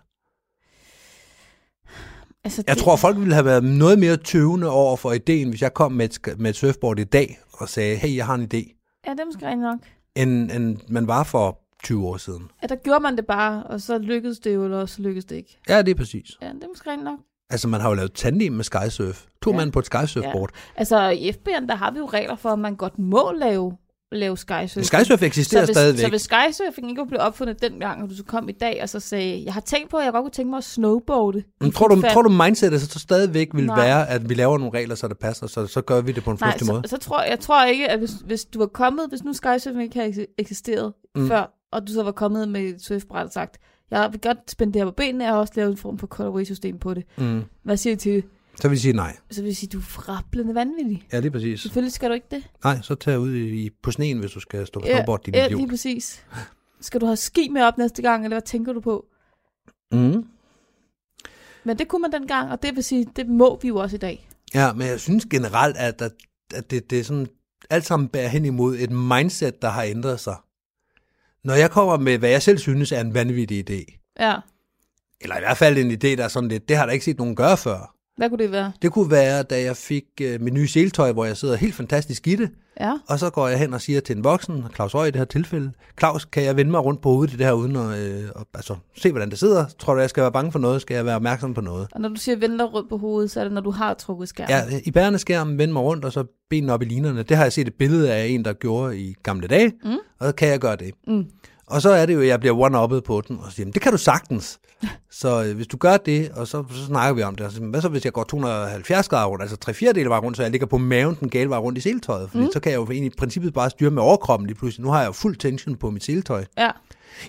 [SPEAKER 3] Altså,
[SPEAKER 2] Jeg
[SPEAKER 3] det,
[SPEAKER 2] tror, folk ville have været noget mere tøvende over for ideen, hvis jeg kom med et, sk- med et surfboard i dag og sagde, hey, jeg har en idé,
[SPEAKER 3] Ja, det er måske rent nok.
[SPEAKER 2] end, end man var for 20 år siden.
[SPEAKER 3] Ja, der gjorde man det bare, og så lykkedes det jo, eller så lykkedes det ikke.
[SPEAKER 2] Ja, det er præcis.
[SPEAKER 3] Ja, det er måske rent nok.
[SPEAKER 2] Altså, man har jo lavet tandem med skysurf. To
[SPEAKER 3] Ja.
[SPEAKER 2] ja. mand på et skysurfboard.
[SPEAKER 3] Altså, i FB'en, der har vi jo regler for, at man godt må lave, lave skysurfing.
[SPEAKER 2] Men Skysurf
[SPEAKER 3] så
[SPEAKER 2] eksisterer
[SPEAKER 3] hvis,
[SPEAKER 2] stadigvæk.
[SPEAKER 3] Så hvis skysurfing ikke blev opfundet dengang, og du så kom i dag og så sagde, jeg har tænkt på, at jeg godt kunne tænke mig at snowboarde.
[SPEAKER 2] Men tror, du, tror du, mindsetet så stadigvæk vil
[SPEAKER 3] Nej.
[SPEAKER 2] være, at vi laver nogle regler, så det passer, så, så gør vi det på en
[SPEAKER 3] Nej,
[SPEAKER 2] fornuftig
[SPEAKER 3] så,
[SPEAKER 2] måde?
[SPEAKER 3] så tror jeg tror ikke, at hvis, hvis du var kommet, hvis nu skysurfing ikke havde eksis- eksisteret mm.
[SPEAKER 2] Mm.
[SPEAKER 3] før, og du så var kommet med et surfbræt og sagt, Jeg vil godt spænde det her på benene, og også lave en form for colorway-system på det.
[SPEAKER 2] Mm.
[SPEAKER 3] Hvad siger du til det?
[SPEAKER 2] Så vil jeg sige nej.
[SPEAKER 3] Så vil jeg sige, du er rablende vanvittig.
[SPEAKER 2] Ja, lige præcis.
[SPEAKER 3] Selvfølgelig skal du ikke det.
[SPEAKER 2] Nej, så tag ud i, på sneen, hvis du skal stå på snowboard, din
[SPEAKER 3] ja,
[SPEAKER 2] idiot.
[SPEAKER 3] lige præcis. Skal du have ski med op næste gang, eller hvad tænker du på?
[SPEAKER 2] Mm.
[SPEAKER 3] Men det kunne man dengang, og det vil sige, det må vi jo også i dag.
[SPEAKER 2] Ja, men jeg synes generelt, at, at, at det, det er sådan, alt sammen bærer hen imod et mindset, der har ændret sig. Når jeg kommer med, hvad jeg selv synes er en vanvittig idé,
[SPEAKER 3] Ja,
[SPEAKER 2] eller i hvert fald en idé, der er sådan lidt, det har der ikke set nogen gøre før.
[SPEAKER 3] hvad kunne det være?
[SPEAKER 2] Det kunne være, da jeg fik øh, min nye seletøj, hvor jeg sidder helt fantastisk i det,
[SPEAKER 3] Ja,
[SPEAKER 2] og så går jeg hen og siger til en voksen, Claus Røg i det her tilfælde, Claus, kan jeg vende mig rundt på hovedet i det her, uden at øh, og, altså, se, hvordan det sidder? Tror du, jeg skal være bange for noget? Skal jeg være opmærksom på noget?
[SPEAKER 3] og når du siger vender rundt på hovedet, så er det, når du har trukket skærmen.
[SPEAKER 2] Ja, i bærende skærmen, vende mig rundt, og så benene op i linerne. Det har jeg set et billede af en, der gjorde i gamle dage, mm. og kan jeg gøre det.
[SPEAKER 3] Mm.
[SPEAKER 2] Og så er det jo, at jeg bliver one-uppet på den, og siger, "Jamen, det kan du sagtens. så øh, hvis du gør det, og så, så snakker vi om det, og så, hvad så hvis jeg går 270 grader rundt, altså 3 4 vej rundt, så jeg ligger på maven den gale vej rundt i seletøjet, fordi mm. så kan jeg jo egentlig i princippet bare styre med overkroppen lige pludselig. Nu har jeg jo fuld tension på mit seletøj.
[SPEAKER 3] ja.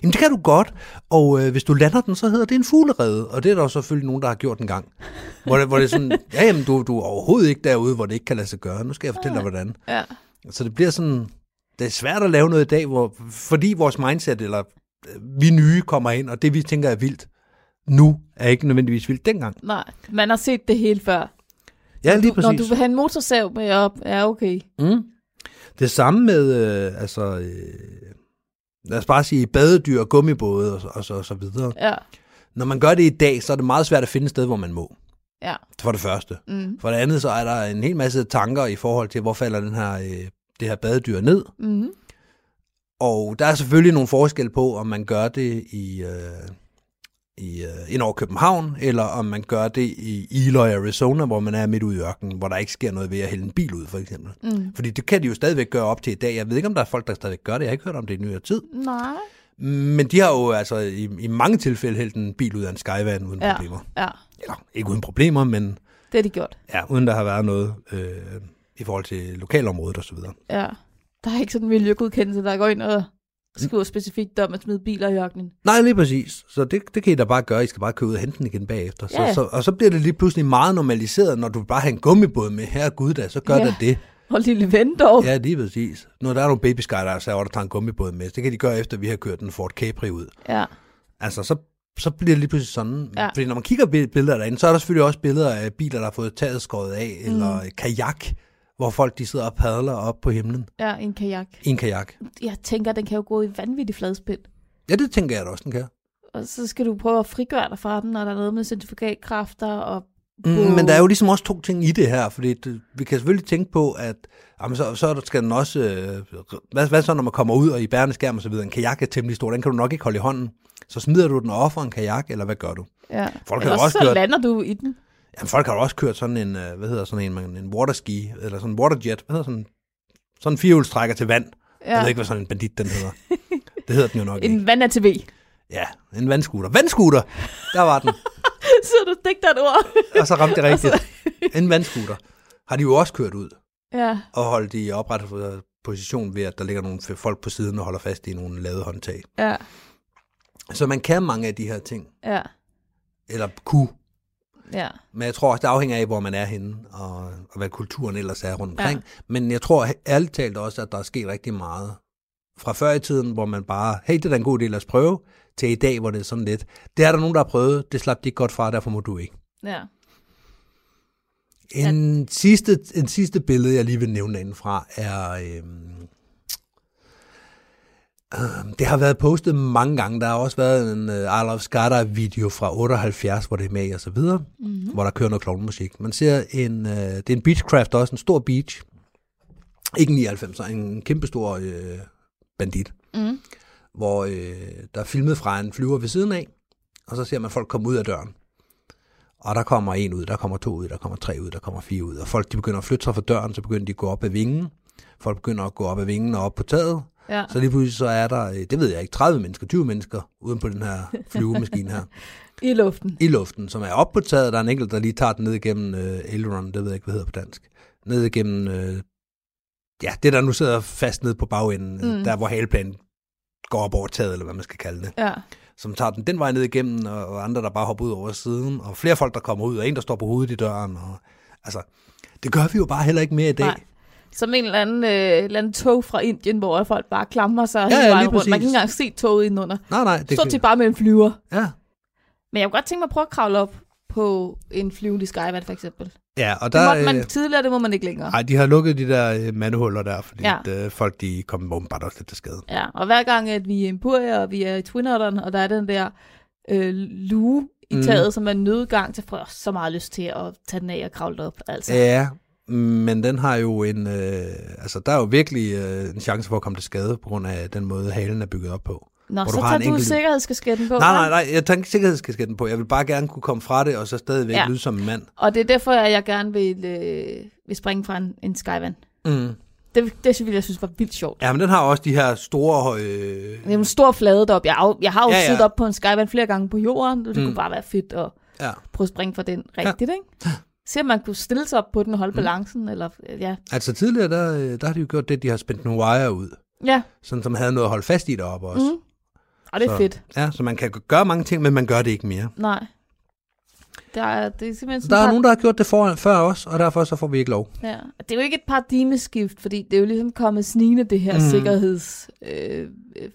[SPEAKER 2] Jamen det kan du godt, og øh, hvis du lander den, så hedder det en fuglerede, og det er der jo selvfølgelig nogen, der har gjort en gang. Hvor det, hvor det er sådan, ja jamen du, du er overhovedet ikke derude, hvor det ikke kan lade sig gøre, nu skal jeg fortælle dig hvordan.
[SPEAKER 3] ja.
[SPEAKER 2] Så det bliver sådan, det er svært at lave noget i dag, hvor, fordi vores mindset, eller øh, vi nye kommer ind, og det vi tænker er vildt, nu er ikke nødvendigvis vildt dengang.
[SPEAKER 3] Nej, man har set det hele før.
[SPEAKER 2] Ja, lige
[SPEAKER 3] Når du
[SPEAKER 2] præcis.
[SPEAKER 3] vil have en motorsav med op, ja okay.
[SPEAKER 2] Mm. Det samme med, øh, altså, øh, lad os bare sige, badedyr, gummibåde og, så- og, så, og så videre.
[SPEAKER 3] Ja,
[SPEAKER 2] Når man gør det i dag, så er det meget svært at finde et sted, hvor man må.
[SPEAKER 3] ja.
[SPEAKER 2] For det første.
[SPEAKER 3] Mm,
[SPEAKER 2] For det andet, så er der en hel masse tanker i forhold til, hvor falder den her, øh, det her badedyr ned.
[SPEAKER 3] mm,
[SPEAKER 2] Og der er selvfølgelig nogle forskel på, om man gør det i, øh, i øh, ind over København, eller om man gør det i Eloy, Arizona, hvor man er midt ude i ørkenen, hvor der ikke sker noget ved at hælde en bil ud, for eksempel.
[SPEAKER 3] mm.
[SPEAKER 2] Fordi det kan de jo stadigvæk gøre op til i dag. Jeg ved ikke, om der er folk, der stadigvæk gør det. Jeg har ikke hørt om det i nyere tid.
[SPEAKER 3] Nej.
[SPEAKER 2] Men de har jo altså i, i mange tilfælde hældt en bil ud af en skyvan uden
[SPEAKER 3] Ja.
[SPEAKER 2] problemer.
[SPEAKER 3] Ja,
[SPEAKER 2] Eller ikke uden problemer, men
[SPEAKER 3] det har de gjort.
[SPEAKER 2] Ja, uden der har været noget øh, i forhold til lokalområdet og så videre.
[SPEAKER 3] Ja. Der er ikke sådan en miljøgodkendelse, der går ind og skriver specifikt om at smide biler i ørkenen.
[SPEAKER 2] Nej, lige præcis. Så det, det kan I da bare gøre. I skal bare købe ud og hente den igen bagefter. Så,
[SPEAKER 3] Ja.
[SPEAKER 2] så, og så bliver det lige pludselig meget normaliseret, når du bare har en gummibåd med. Her gud da, så gør
[SPEAKER 3] Ja. Uh.
[SPEAKER 2] ja. der det.
[SPEAKER 3] Hold lille ven dog.
[SPEAKER 2] Ja, lige præcis. Når der er nogle baby skydivers herovre, der tager en gummibåd med, så det kan de gøre, efter vi har kørt en Ford Capri ud.
[SPEAKER 3] ja.
[SPEAKER 2] Altså, så, så bliver det lige pludselig sådan.
[SPEAKER 3] Ja.
[SPEAKER 2] Ja. Fordi når man kigger på billeder derinde, så er der selvfølgelig også billeder af biler, der har fået taget skåret af, mm. eller kajak, hvor folk de sidder og padler op på himlen
[SPEAKER 3] ja en kajak.
[SPEAKER 2] i en kajak.
[SPEAKER 3] Jeg tænker, den kan jo gå i vanvittig fladspind.
[SPEAKER 2] Ja, det tænker jeg da også, den kan.
[SPEAKER 3] Og så skal du prøve at frigøre dig fra den, og der er noget med centrifugalkræfter og...
[SPEAKER 2] Mm, men der er jo ligesom også to ting i det her, fordi det, vi kan selvfølgelig tænke på, at jamen, så, så er der- skal den også, øh, hvad, hvad så når man kommer ud og i bærende skærm og så videre, en kajak er temmelig stor, den kan du nok ikke holde i hånden. Så smider du den og offrer en kajak, eller hvad gør du?
[SPEAKER 3] Ja.
[SPEAKER 2] Folk har
[SPEAKER 3] Eller
[SPEAKER 2] jo også
[SPEAKER 3] så
[SPEAKER 2] gjort-
[SPEAKER 3] lander du i den.
[SPEAKER 2] Jamen, folk har jo også kørt sådan en, øh, hvad hedder sådan en, man- en waterski, eller sådan en waterjet, hvad hedder sådan, sådan en firehjulstrækker til vand. Ja. Jeg ved ikke, hvad sådan en bandit den hedder. det hedder den jo nok ikke.
[SPEAKER 3] En vand-ATV.
[SPEAKER 2] Ja, en vandskuter. Vandskuter! Der var den.
[SPEAKER 3] så du digter et ord.
[SPEAKER 2] Og så ramte det rigtigt. En vandskuter har de jo også kørt ud.
[SPEAKER 3] ja.
[SPEAKER 2] og holde de i oprettet position ved, at der ligger nogle f- folk på siden og holder fast i nogle lade håndtag.
[SPEAKER 3] Ja.
[SPEAKER 2] Så man kan mange af de her ting,
[SPEAKER 3] Ja.
[SPEAKER 2] eller kunne.
[SPEAKER 3] Ja.
[SPEAKER 2] Men jeg tror også, det afhænger af, hvor man er henne, og, og hvad kulturen ellers er rundt omkring. Ja. Men jeg tror he- ærligt talt også, at der er sket rigtig meget fra før i tiden, hvor man bare, hey, det er da en god del, lad os prøve, til i dag, hvor det er sådan lidt, det er der nogen, der har prøvet, det slap de ikke godt fra, derfor må du ikke.
[SPEAKER 3] Ja.
[SPEAKER 2] En, sidste, en sidste billede, jeg lige vil nævne indenfra, er... Øhm, øhm, det har været postet mange gange. Der har også været en øh, I Love Skata-video fra 78, hvor det er med og så videre,
[SPEAKER 3] Mm. Mhm,
[SPEAKER 2] mm-hmm. hvor der kører noget klovnemusik. Man ser en... Øh, det er en beachcraft også, en stor beach. Ikke en 99, en kæmpestor øh, bandit.
[SPEAKER 3] Mm.
[SPEAKER 2] Hvor øh, der er filmet fra en flyver ved siden af, og så ser man folk komme ud af døren. Og der kommer en ud, der kommer to ud, der kommer tre ud, der kommer fire ud. Og folk de begynder at flytte sig fra døren, så begynder de at gå op ad vingen. Folk begynder at gå op ad vingen og op på taget.
[SPEAKER 3] Ja.
[SPEAKER 2] Så lige pludselig så er der, øh, det ved jeg ikke, 30 mennesker, 20 mennesker uden på den her flyvemaskine her
[SPEAKER 3] I luften.
[SPEAKER 2] i luften, som er oppe på taget. Der er en enkelt, der lige tager den ned igennem øh, aileron, det ved jeg ikke, hvad hedder på dansk. Ned igennem, øh, ja, det der nu sidder fast nede på bagenden,
[SPEAKER 3] Mm.
[SPEAKER 2] mm. der hvor haleplanen går op over taget, eller hvad man skal kalde det.
[SPEAKER 3] Ja.
[SPEAKER 2] som tager den den vej ned igennem, og, og andre, der bare hopper ud over siden, og flere folk, der kommer ud, og en, der står på hovedet i døren. Og, altså, det gør vi jo bare heller ikke mere i dag.
[SPEAKER 3] Nej. Som en eller anden, øh, eller anden tog fra Indien, hvor folk bare klamrer sig ja, hele
[SPEAKER 2] ja,
[SPEAKER 3] vejen
[SPEAKER 2] lige
[SPEAKER 3] rundt. Man kan
[SPEAKER 2] præcis.
[SPEAKER 3] ikke engang se toget indenunder.
[SPEAKER 2] Nej, nej. Det,
[SPEAKER 3] Stort set bare med en flyver.
[SPEAKER 2] ja.
[SPEAKER 3] Men jeg kunne godt tænke mig at prøve at kravle op på en flyvende Skyvan, for eksempel.
[SPEAKER 2] ja, og
[SPEAKER 3] Det
[SPEAKER 2] der...
[SPEAKER 3] måtte man
[SPEAKER 2] øh,
[SPEAKER 3] tidligere, det må man ikke længere.
[SPEAKER 2] Nej, de har lukket de der øh, mandehuller der, fordi
[SPEAKER 3] Ja.
[SPEAKER 2] ja. at, øh, folk de kom åbenbart også lidt til skade.
[SPEAKER 3] Ja, og hver gang, at vi er i Empuria, og vi er i Twin Otteren, og der er den der øh, lue i
[SPEAKER 2] Mm.
[SPEAKER 3] taget, som er en nødgang, så får jeg så meget lyst til at tage den af og kravle op. Altså.
[SPEAKER 2] Ja, men den har jo en... Øh, altså, der er jo virkelig øh, en chance for at komme til skade, på grund af den måde, halen er bygget op på.
[SPEAKER 3] Nå,
[SPEAKER 2] hvor
[SPEAKER 3] så
[SPEAKER 2] du har en
[SPEAKER 3] tager du
[SPEAKER 2] enkelt-
[SPEAKER 3] sikkerhedskasketten på.
[SPEAKER 2] Nej,
[SPEAKER 3] hva'?
[SPEAKER 2] nej, nej, jeg tænker sikkerhedskasketten på. Jeg vil bare gerne kunne komme fra det, og så stadigvæk
[SPEAKER 3] Ja.
[SPEAKER 2] ja. lyde som en mand.
[SPEAKER 3] Og det er derfor, at jeg gerne vil, øh, vil springe fra en, en skyvan.
[SPEAKER 2] Mm.
[SPEAKER 3] Det, det ville jeg synes var vildt sjovt.
[SPEAKER 2] Ja, men den har også de her store... Øh,
[SPEAKER 3] Det er jo en stor flade deroppe. Jeg, har jo- jeg har jo ja,
[SPEAKER 2] Ja,
[SPEAKER 3] ja.
[SPEAKER 2] ja.
[SPEAKER 3] siddet op på en skyvan flere gange på jorden, og det mm.
[SPEAKER 2] Mm.
[SPEAKER 3] kunne bare være fedt at
[SPEAKER 2] ja.
[SPEAKER 3] prøve at springe fra den rigtigt, ja. ikke? Se, om man kunne stille sig op på den og
[SPEAKER 2] Mm.
[SPEAKER 3] holde balancen, eller øh, ja.
[SPEAKER 2] Altså tidligere, der, øh, der har de jo gjort det, de har spændt nogle wire ud,
[SPEAKER 3] Ja,
[SPEAKER 2] sådan som havde noget at holde fast i deroppe også.
[SPEAKER 3] mm. og det er
[SPEAKER 2] Så-
[SPEAKER 3] fedt.
[SPEAKER 2] Ja, så man kan gøre mange ting, men man gør det ikke mere.
[SPEAKER 3] Nej. Der er, det er simpelthen
[SPEAKER 2] Der
[SPEAKER 3] sådan
[SPEAKER 2] er
[SPEAKER 3] par-
[SPEAKER 2] nogen, der har gjort det for, før os, og derfor så får vi ikke lov.
[SPEAKER 3] Ja. Og Det er jo ikke et paradigmeskift, fordi det er jo ligesom kommet snigende, det her mm.
[SPEAKER 2] Mm.
[SPEAKER 3] sikkerheds... Øh, øh,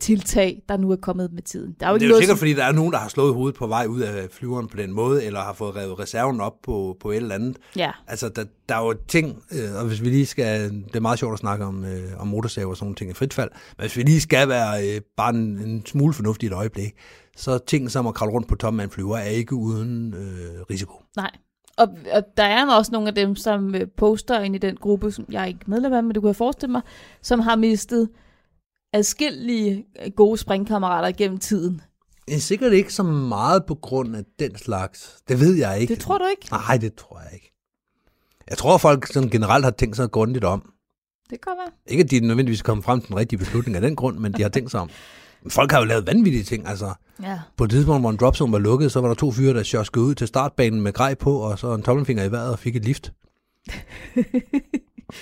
[SPEAKER 3] tiltag, der nu er kommet med tiden. Der er jo
[SPEAKER 2] Det
[SPEAKER 3] ikke
[SPEAKER 2] er jo
[SPEAKER 3] noget,
[SPEAKER 2] sikkert,
[SPEAKER 3] som-
[SPEAKER 2] fordi der er nogen, der har slået hovedet på vej ud af flyveren på den måde, eller har fået revet reserven op på, på et eller andet.
[SPEAKER 3] Ja,
[SPEAKER 2] Altså, der, der er jo ting, øh, og hvis vi lige skal... Det er meget sjovt at snakke om, øh, om motorsaver og sådan nogle ting i frit fald. Men hvis vi lige skal være øh, bare en, en smule fornuftig et øjeblik, så ting som at kravle rundt på toppen af en flyver er ikke uden øh, risiko.
[SPEAKER 3] nej. Og, og der er også nogle af dem, som øh, poster ind i den gruppe, som jeg er ikke medlem af, men det kunne jeg forestille mig, som har mistet adskillige øh, gode springkammerater gennem tiden.
[SPEAKER 2] Det er sikkert ikke så meget på grund af den slags. Det ved jeg ikke.
[SPEAKER 3] Det tror du ikke?
[SPEAKER 2] Nej, det tror jeg ikke. Jeg tror, at folk sådan generelt har tænkt sig grundigt om.
[SPEAKER 3] Det kan godt være.
[SPEAKER 2] Ikke at de nødvendigvis er kommet frem til den rigtige beslutning af den grund, men de har tænkt sig om. Men Folk har jo lavet vanvittige ting, altså.
[SPEAKER 3] Ja.
[SPEAKER 2] På et tidspunkt, hvor en dropzone var lukket, så var der to fyre, der sjoskede ud til startbanen med grej på, og så en tommelfinger i vejret og fik et lift.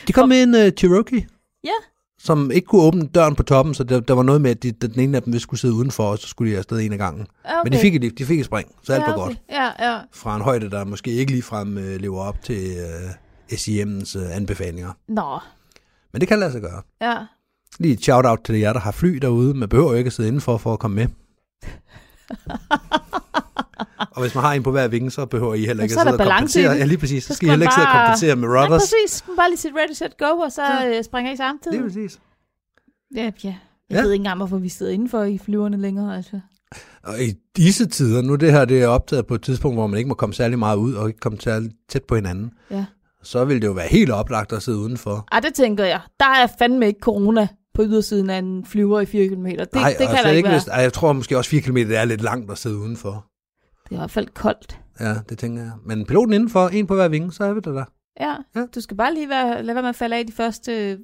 [SPEAKER 2] De kom med en uh, Cherokee,
[SPEAKER 3] Ja.
[SPEAKER 2] som ikke kunne åbne døren på toppen, så der, der var noget med, at de, den ene af dem ville skulle sidde udenfor, og så skulle de afsted en af gangen. Okay.
[SPEAKER 3] Okay.
[SPEAKER 2] Men de fik et lift, de fik et spring, så alt
[SPEAKER 3] ja,
[SPEAKER 2] var godt.
[SPEAKER 3] Ja, ja.
[SPEAKER 2] Fra en højde, der måske ikke ligefrem uh, lever op til uh, SIM's uh, anbefalinger.
[SPEAKER 3] Nå,
[SPEAKER 2] Men det kan lade sig gøre.
[SPEAKER 3] ja.
[SPEAKER 2] Lige et shout-out til jer, der har fly derude. Man behøver jo ikke at sidde indenfor for at komme med. og hvis man har en på hver vinge, så behøver I heller
[SPEAKER 3] Men
[SPEAKER 2] ikke
[SPEAKER 3] så er
[SPEAKER 2] at sidde
[SPEAKER 3] der
[SPEAKER 2] og
[SPEAKER 3] balance i
[SPEAKER 2] kompensere.
[SPEAKER 3] det.
[SPEAKER 2] Ja, lige præcis.
[SPEAKER 3] Så
[SPEAKER 2] Så
[SPEAKER 3] skal
[SPEAKER 2] skal I heller
[SPEAKER 3] man
[SPEAKER 2] ikke sidde og
[SPEAKER 3] bare-
[SPEAKER 2] kompensere med
[SPEAKER 3] Nej,
[SPEAKER 2] rudders.
[SPEAKER 3] præcis. Man bare lige sætte ready, set, go, og så ja. øh, springer I samtidig.
[SPEAKER 2] Lige præcis.
[SPEAKER 3] Ja, ja. Jeg ja.
[SPEAKER 2] Ja.
[SPEAKER 3] ved ikke engang, hvorfor vi sidder indenfor i flyverne længere, altså.
[SPEAKER 2] Og i disse tider, nu det her det er optaget på et tidspunkt, hvor man ikke må komme særlig meget ud og ikke komme særlig tæt på hinanden,
[SPEAKER 3] Ja.
[SPEAKER 2] så vil det jo være helt oplagt at sidde udenfor.
[SPEAKER 3] Ej, det tænker jeg. Der er fandme ikke corona på ydersiden af en flyver i 4 km.
[SPEAKER 2] Nej,
[SPEAKER 3] Det, det
[SPEAKER 2] og
[SPEAKER 3] kan
[SPEAKER 2] slet
[SPEAKER 3] der ikke være.
[SPEAKER 2] hvis- Ej, jeg tror måske også 4 km er lidt langt at sidde udenfor.
[SPEAKER 3] Det er i hvert fald koldt.
[SPEAKER 2] Ja, det tænker jeg. Men piloten indenfor, en på hver vinge, så er vi der der.
[SPEAKER 3] Ja. ja.
[SPEAKER 2] Ja.
[SPEAKER 3] Du skal bare lige være, lade være med at falde af de første øh,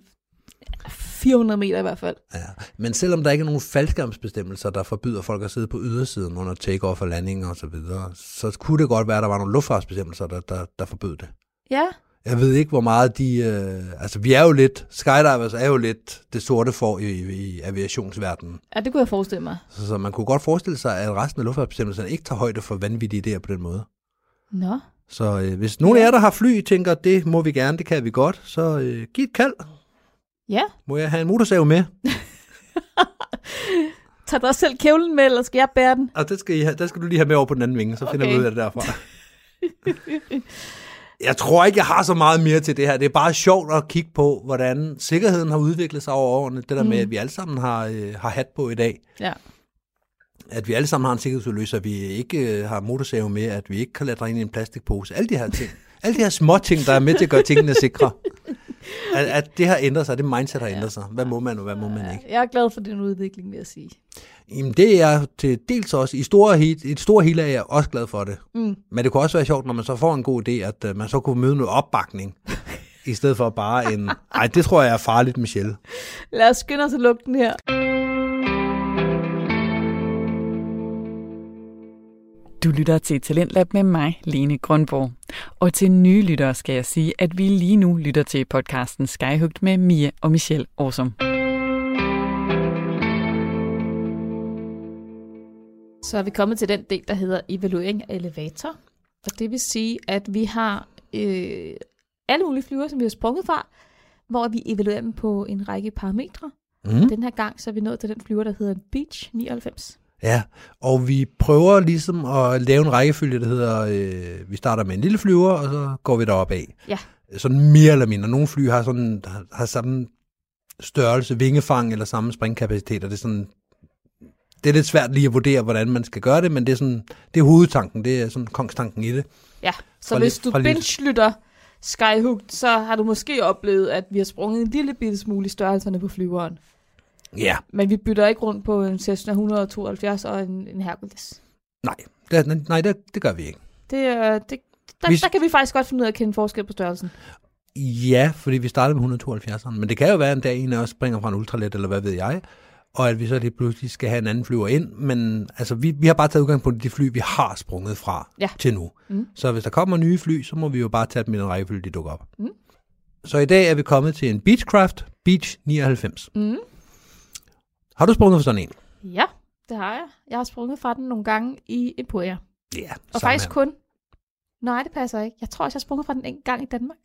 [SPEAKER 3] 400 meter i hvert fald.
[SPEAKER 2] Ja, men selvom der ikke er nogen faldskærmsbestemmelser, der forbyder folk at sidde på ydersiden under take-off og landing og så videre, så kunne det godt være, at der var nogle luftfartsbestemmelser, der, der, der forbød det.
[SPEAKER 3] Ja.
[SPEAKER 2] Jeg ved ikke, hvor meget de... Øh, altså, vi er jo lidt... Skydivers er jo lidt det sorte for i, i aviationsverdenen.
[SPEAKER 3] ja, det kunne jeg forestille mig.
[SPEAKER 2] Så, så man kunne godt forestille sig, at resten af luftfartsbestemmelserne ikke tager højde for vanvittige idéer på den måde.
[SPEAKER 3] Nå.
[SPEAKER 2] Så øh, hvis nogen af jer, der har fly, tænker, det må vi gerne, det kan vi godt, så øh, giv et kald.
[SPEAKER 3] Ja.
[SPEAKER 2] Må jeg have en motorsav med?
[SPEAKER 3] Tag dig selv kævlen med, eller skal jeg bære den?
[SPEAKER 2] Og det skal, I have, det skal du lige have med over på den anden vinge, så finder
[SPEAKER 3] Okay.
[SPEAKER 2] vi ud af det derfra. jeg tror ikke, jeg har så meget mere til det her. Det er bare sjovt at kigge på, hvordan sikkerheden har udviklet sig over årene. Det der mm. med, at vi alle sammen har, øh, har hat på i dag.
[SPEAKER 3] Ja.
[SPEAKER 2] At vi alle sammen har en sikkerhedsudløser, at vi ikke øh, har motorsave med, at vi ikke kan lade ind i en plastikpose. Alle de her ting. alle de her små ting, der er med til at gøre tingene sikre. At, at det har ændret sig, det mindset har ændret sig. Hvad må man, og hvad må man ikke?
[SPEAKER 3] Jeg er glad for den udvikling, vil jeg sige.
[SPEAKER 2] Jamen, det er jeg til dels også, i store heat, i et store hele er jeg også glad for det.
[SPEAKER 3] Mm.
[SPEAKER 2] Men det kunne også være sjovt, når man så får en god idé, at øh, man så kunne møde noget opbakning, i stedet for bare en, nej, det tror jeg er farligt, Michelle.
[SPEAKER 3] Lad os skynde os at lukke den her.
[SPEAKER 1] Du lytter til Talentlab med mig, Lene Grundborg. Og til nye lyttere skal jeg sige, at vi lige nu lytter til podcasten Skyhugt med Mia og Michelle Årsum.
[SPEAKER 3] Så er vi kommet til den del, der hedder evaluering af elevator. Og det vil sige, at vi har øh, alle mulige flyver, som vi har sprunget fra, hvor vi evaluerer dem på en række parametre.
[SPEAKER 2] Mm.
[SPEAKER 3] Den her gang, så er vi nået til den flyver, der hedder Beach 99.
[SPEAKER 2] Ja, og vi prøver ligesom at lave en rækkefølge, der hedder, øh, vi starter med en lille flyver, og så går vi derop af.
[SPEAKER 3] Ja.
[SPEAKER 2] Sådan mere eller mindre. Nogle fly har, sådan, har, har samme størrelse, vingefang eller samme springkapacitet, og det er sådan, det er lidt svært lige at vurdere, hvordan man skal gøre det, men det er sådan, det er hovedtanken, det er sådan kongstanken i det.
[SPEAKER 3] Ja, så
[SPEAKER 2] Fra
[SPEAKER 3] hvis
[SPEAKER 2] lidt-
[SPEAKER 3] du
[SPEAKER 2] fra lidt-
[SPEAKER 3] binge-lytter Skyhooked, så har du måske oplevet, at vi har sprunget en lille bitte smule i størrelserne på flyveren.
[SPEAKER 2] Ja,
[SPEAKER 3] Men vi bytter ikke rundt på en Cessna 172 og en, en Hercules.
[SPEAKER 2] nej, det, nej, det, det gør vi ikke.
[SPEAKER 3] Det, øh, det, der,
[SPEAKER 2] Hvis-
[SPEAKER 3] der kan vi faktisk godt finde ud af at kende forskel på størrelsen.
[SPEAKER 2] Ja, fordi vi startede med 172'eren, men det kan jo være en dag, en af os springer fra en ultralet, eller hvad ved jeg, og at vi så lige pludselig skal have en anden flyver ind, men altså, vi, vi har bare taget udgangspunkt i de fly, vi har sprunget fra
[SPEAKER 3] Ja.
[SPEAKER 2] til nu.
[SPEAKER 3] Mm.
[SPEAKER 2] Så hvis der kommer nye fly, så må vi jo bare tage dem i den rækkefølge, de dukker op.
[SPEAKER 3] Mm.
[SPEAKER 2] Så i dag er vi kommet til en Beechcraft Beach 99.
[SPEAKER 3] Mm.
[SPEAKER 2] Har du sprunget for sådan en?
[SPEAKER 3] Ja, det har jeg. Jeg har sprunget fra den nogle gange i Emporia.
[SPEAKER 2] Ja,
[SPEAKER 3] Og
[SPEAKER 2] samme
[SPEAKER 3] faktisk
[SPEAKER 2] her.
[SPEAKER 3] kun... Nej, det passer ikke. Jeg tror også, jeg har sprunget fra den en gang i Danmark.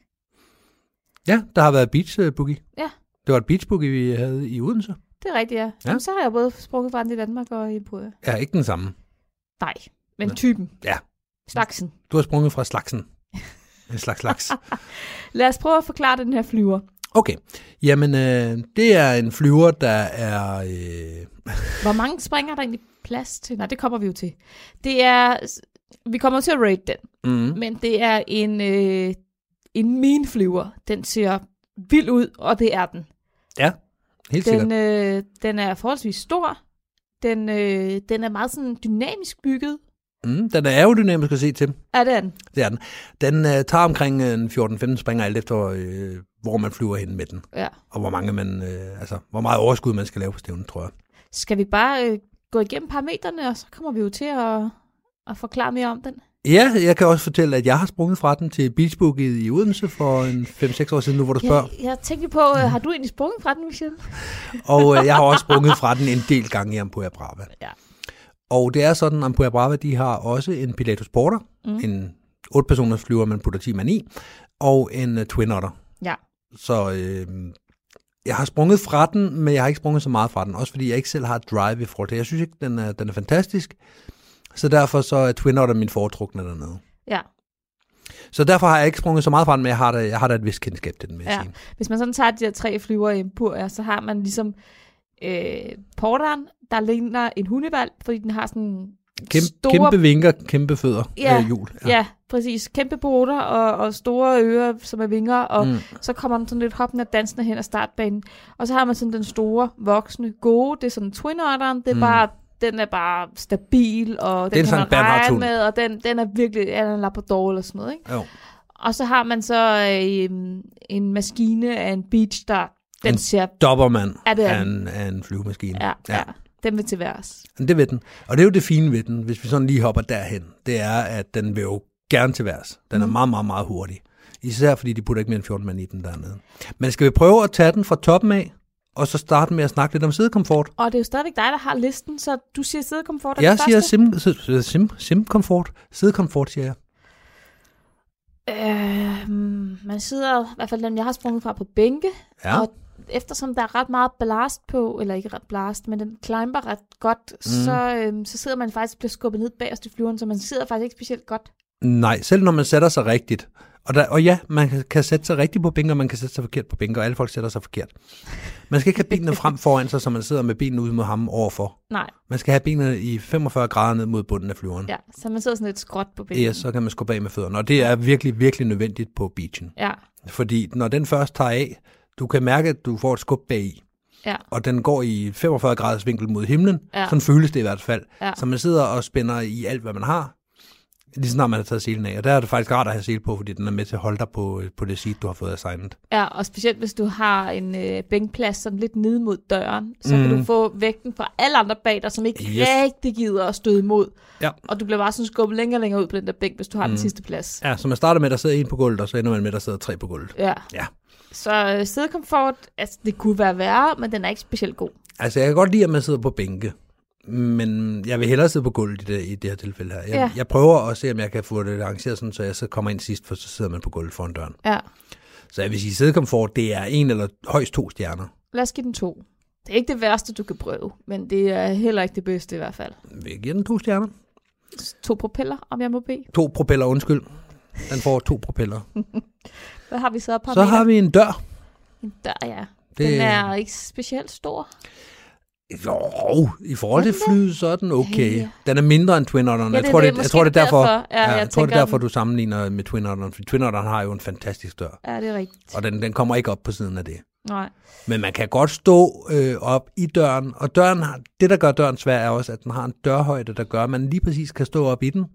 [SPEAKER 2] Ja, der har været Beach øh, Boogie.
[SPEAKER 3] Ja.
[SPEAKER 2] Det var et Beach Boogie, vi havde i Odense.
[SPEAKER 3] Det er rigtigt, ja. Jamen, så har jeg både sprunget fra den i Danmark og i Emporia.
[SPEAKER 2] Ja, ikke den samme.
[SPEAKER 3] Nej, men
[SPEAKER 2] Nå.
[SPEAKER 3] typen.
[SPEAKER 2] Ja.
[SPEAKER 3] Slagsen.
[SPEAKER 2] Du har sprunget fra slagsen. En slags slags.
[SPEAKER 3] Lad os prøve at forklare den her flyver.
[SPEAKER 2] Okay, jamen øh, det er en flyver, der er... Øh,
[SPEAKER 3] Hvor mange springer er der egentlig plads til? Nej, det kommer vi jo til. Det er... Vi kommer til at rate den,
[SPEAKER 2] mm,
[SPEAKER 3] men det er en, øh, en minflyver. Den ser vild ud, og det er den.
[SPEAKER 2] helt sikkert.
[SPEAKER 3] Den, øh, den er forholdsvis stor. Den, øh, den er meget sådan dynamisk bygget.
[SPEAKER 2] Mm, den er aerodynamisk at se til.
[SPEAKER 3] Er det er den?
[SPEAKER 2] Det er den. Den øh, tager omkring øh, en 14-15 springer, alt efter øh, hvor man flyver hen med den.
[SPEAKER 3] Ja.
[SPEAKER 2] Og hvor mange man, øh, altså, hvor meget overskud man skal lave på stævnen, tror jeg.
[SPEAKER 3] Skal vi bare øh, gå igennem parametrene, og så kommer vi jo til at, at forklare mere om den?
[SPEAKER 2] Ja, jeg kan også fortælle, at jeg har sprunget fra den til Beachbooket i Odense for en 5-6 år siden nu, hvor du spørger.
[SPEAKER 3] Jeg, jeg tænkte på, øh, har du egentlig sprunget fra den, Michelle?
[SPEAKER 2] Og øh, jeg har også sprunget fra den en del gange i Ampuja Brava.
[SPEAKER 3] Ja.
[SPEAKER 2] Og det er sådan, at Ampuja Brava de har også en Pilatus Porter,
[SPEAKER 3] Mm.
[SPEAKER 2] mm. en 8-personers flyver, man putter 10 mand i, og en uh, Twin Otter.
[SPEAKER 3] Ja.
[SPEAKER 2] Så øh, jeg har sprunget fra den, men jeg har ikke sprunget så meget fra den, også fordi jeg ikke selv har et drive i forhold til. Jeg synes ikke, den er, den er fantastisk, så derfor så er Twin Otter min foretrukne dernede.
[SPEAKER 3] Ja.
[SPEAKER 2] Så derfor har jeg ikke sprunget så meget fra den, men jeg har da, jeg har da et vist kendskab til den, vil jeg
[SPEAKER 3] Ja.
[SPEAKER 2] sige.
[SPEAKER 3] Hvis man sådan tager de der tre flyver i Emporia, så har man ligesom øh, porteren, der ligner en hundevalg, fordi den har sådan
[SPEAKER 2] Kæmpe,
[SPEAKER 3] store...
[SPEAKER 2] kæmpe vinker, kæmpe fødder,
[SPEAKER 3] Ja.
[SPEAKER 2] øh, hjul.
[SPEAKER 3] Ja. ja, præcis. Kæmpe poter og, og store ører, som er vinger, og mm.
[SPEAKER 2] Mm.
[SPEAKER 3] så kommer den sådan lidt hoppende og dansende hen ad startbanen. Og så har man sådan den store, voksne, gode, det er sådan twin otteren, det er mm.
[SPEAKER 2] Mm.
[SPEAKER 3] bare den er bare stabil, og
[SPEAKER 2] Den er
[SPEAKER 3] den, den kan
[SPEAKER 2] sådan
[SPEAKER 3] man
[SPEAKER 2] en Bernhard
[SPEAKER 3] regne
[SPEAKER 2] Thun.
[SPEAKER 3] med, og den, den er virkelig er den en labrador eller sådan noget, ikke?
[SPEAKER 2] Jo.
[SPEAKER 3] Og så har man så øh, en maskine af en beach, der den
[SPEAKER 2] En-
[SPEAKER 3] ser
[SPEAKER 2] Dobbermand
[SPEAKER 3] Ja, det er
[SPEAKER 2] af en, af en flyvemaskine.
[SPEAKER 3] Ja, ja. Den vil til værs.
[SPEAKER 2] Men Det ved den. Og det er jo det fine ved den, hvis vi sådan lige hopper derhen. Det er, at den vil jo gerne til værs. Den er
[SPEAKER 3] Mm.
[SPEAKER 2] meget, meget, meget hurtig. Især fordi de putter ikke mere end 14 mand i den dernede. Men skal vi prøve at tage den fra toppen af, og så starte med at snakke lidt om sidekomfort?
[SPEAKER 3] Og det er jo stadigvæk dig, der har listen, så du siger sædekomfort er
[SPEAKER 2] Jeg
[SPEAKER 3] det
[SPEAKER 2] siger
[SPEAKER 3] første.
[SPEAKER 2] sim, sim, sim, simkomfort. Sidekomfort, siger jeg.
[SPEAKER 3] Øh, man sidder, i hvert fald den, jeg har sprunget fra på bænke,
[SPEAKER 2] Ja.
[SPEAKER 3] Og- eftersom der er ret meget blast på, eller ikke ret blast, men den climber ret godt, mm. så, øh, så sidder man faktisk og bliver skubbet ned bagerst i flyveren, så man sidder faktisk ikke specielt godt.
[SPEAKER 2] Nej, selv når man sætter sig rigtigt. Og, der, og ja, man kan- kan sætte sig rigtigt på bænker, og man kan sætte sig forkert på bænker, og alle folk sætter sig forkert. Man skal ikke have benene frem foran sig, så man sidder med benene ud mod ham overfor.
[SPEAKER 3] Nej,
[SPEAKER 2] Man skal have benene i 45 grader ned mod bunden af flyveren.
[SPEAKER 3] ja, så man sidder sådan lidt skråt på bænken.
[SPEAKER 2] Ja, så kan man skubbe af med fødderne. Og det er virkelig, virkelig nødvendigt på beachen.
[SPEAKER 3] Ja,
[SPEAKER 2] Fordi når den først tager af, du kan mærke, at du får et skub bag i.
[SPEAKER 3] Ja.
[SPEAKER 2] Og den går i 45 graders vinkel mod himlen.
[SPEAKER 3] Ja.
[SPEAKER 2] Sådan føles det i hvert fald.
[SPEAKER 3] Ja.
[SPEAKER 2] Så man sidder og spænder i alt, hvad man har. Lige snart man har taget selen af. Og der er det faktisk rart at have sele på, fordi den er med til at holde dig på, øh, på det seat, du har fået assignet.
[SPEAKER 3] ja, og specielt hvis du har en øh, bænkplads sådan lidt nede mod døren, så mm.
[SPEAKER 2] Mm.
[SPEAKER 3] kan du få vægten fra alle andre bag dig, som ikke yes.
[SPEAKER 2] Yes.
[SPEAKER 3] rigtig gider at støde imod.
[SPEAKER 2] Ja.
[SPEAKER 3] Og du bliver bare sådan skubbet længere og længere ud på den der bænk, hvis du har mm. den sidste plads.
[SPEAKER 2] Ja, så man starter med, at der sidder en på gulvet, og så ender man med, at der sidder tre på gulvet.
[SPEAKER 3] Ja.
[SPEAKER 2] Ja.
[SPEAKER 3] Så øh, sædekomfort, altså det kunne være værre, men den er ikke specielt god.
[SPEAKER 2] Altså, jeg kan godt lide, at man sidder på bænke. Men jeg vil hellere sidde på gulvet i det, i det her tilfælde her. Jeg,
[SPEAKER 3] Ja.
[SPEAKER 2] ja. jeg prøver at se, om jeg kan få det arrangeret sådan, så jeg så kommer ind sidst, for så sidder man på gulvet foran døren.
[SPEAKER 3] Ja.
[SPEAKER 2] Så jeg vil sige, sædekomfort, det er en eller højst to stjerner.
[SPEAKER 3] Lad os give den to. Det er ikke det værste, du kan prøve, men det er heller ikke det bedste i hvert fald.
[SPEAKER 2] Vi giver den to stjerner.
[SPEAKER 3] To propeller, om jeg må bede.
[SPEAKER 2] To propeller, undskyld. Den får to propeller.
[SPEAKER 3] Hvad har vi så? Et par
[SPEAKER 2] Så
[SPEAKER 3] meter?
[SPEAKER 2] har vi en dør.
[SPEAKER 3] En dør, ja.
[SPEAKER 2] Det,
[SPEAKER 3] Den er ikke specielt stor.
[SPEAKER 2] Jo, i forhold til flyet, så er den okay.
[SPEAKER 3] Ja, ja.
[SPEAKER 2] Den er mindre end Twin Otteren.
[SPEAKER 3] Ja,
[SPEAKER 2] jeg
[SPEAKER 3] det er
[SPEAKER 2] tror,
[SPEAKER 3] det.
[SPEAKER 2] det, jeg
[SPEAKER 3] Måske
[SPEAKER 2] tror, det er
[SPEAKER 3] er det
[SPEAKER 2] derfor,
[SPEAKER 3] derfor. Ja,
[SPEAKER 2] ja,
[SPEAKER 3] jeg
[SPEAKER 2] jeg tror, det
[SPEAKER 3] tænker,
[SPEAKER 2] er derfor
[SPEAKER 3] den-
[SPEAKER 2] du sammenligner med Twin Otteren. For Twin Otteren har jo en fantastisk dør,
[SPEAKER 3] Ja, det er rigtigt.
[SPEAKER 2] og den, den kommer ikke op på siden af det.
[SPEAKER 3] Nej.
[SPEAKER 2] Men man kan godt stå øh, op i døren, og døren har, det, der gør døren svær, er også, at den har en dørhøjde, der gør, at man lige præcis kan stå op i den.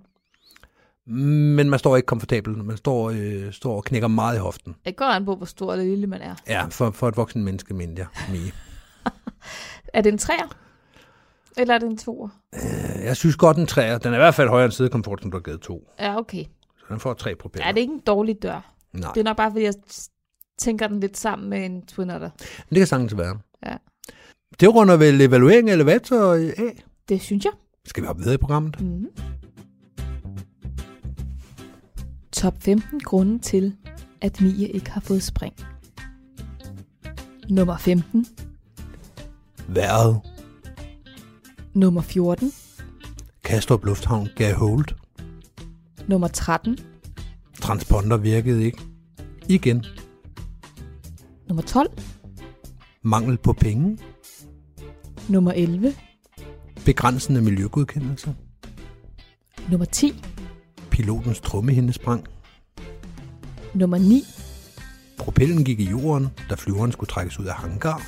[SPEAKER 2] Men man står ikke komfortabelt. Man står, øh, står og knækker meget i hoften.
[SPEAKER 3] Det går an på, hvor stor eller lille man er.
[SPEAKER 2] Ja, for, for et voksen menneske, mente jeg. Mie.
[SPEAKER 3] Er det en træer? Eller er det en toer?
[SPEAKER 2] Jeg synes godt, den træer. Den er i hvert fald højere end sidekomfort, som du har givet to.
[SPEAKER 3] Ja, okay.
[SPEAKER 2] Så den får tre propeller.
[SPEAKER 3] Ja, det er ikke en dårlig dør.
[SPEAKER 2] Nej,
[SPEAKER 3] Det er nok bare, fordi jeg s- tænker den lidt sammen med en twin otter.
[SPEAKER 2] men det kan sagtens være.
[SPEAKER 3] Ja.
[SPEAKER 2] Det runder vel evaluering af elevator af.
[SPEAKER 3] Det synes jeg.
[SPEAKER 2] Skal vi hoppe videre i programmet?
[SPEAKER 3] Mm. Top 15 grunde til, at Mie ikke har fået spring. Nummer 15.
[SPEAKER 2] Været.
[SPEAKER 3] Nummer 14.
[SPEAKER 2] Kastrup Lufthavn gav hold.
[SPEAKER 3] Nummer 13.
[SPEAKER 2] Transponder virkede ikke. Igen.
[SPEAKER 3] Nummer 12.
[SPEAKER 2] Mangel på penge.
[SPEAKER 3] Nummer 11.
[SPEAKER 2] Begrænsende miljøgodkendelser.
[SPEAKER 3] Nummer 10.
[SPEAKER 2] Pilotens trummehinde sprang.
[SPEAKER 3] Nummer 9.
[SPEAKER 2] Propellen gik i jorden, da flyveren skulle trækkes ud af hangar.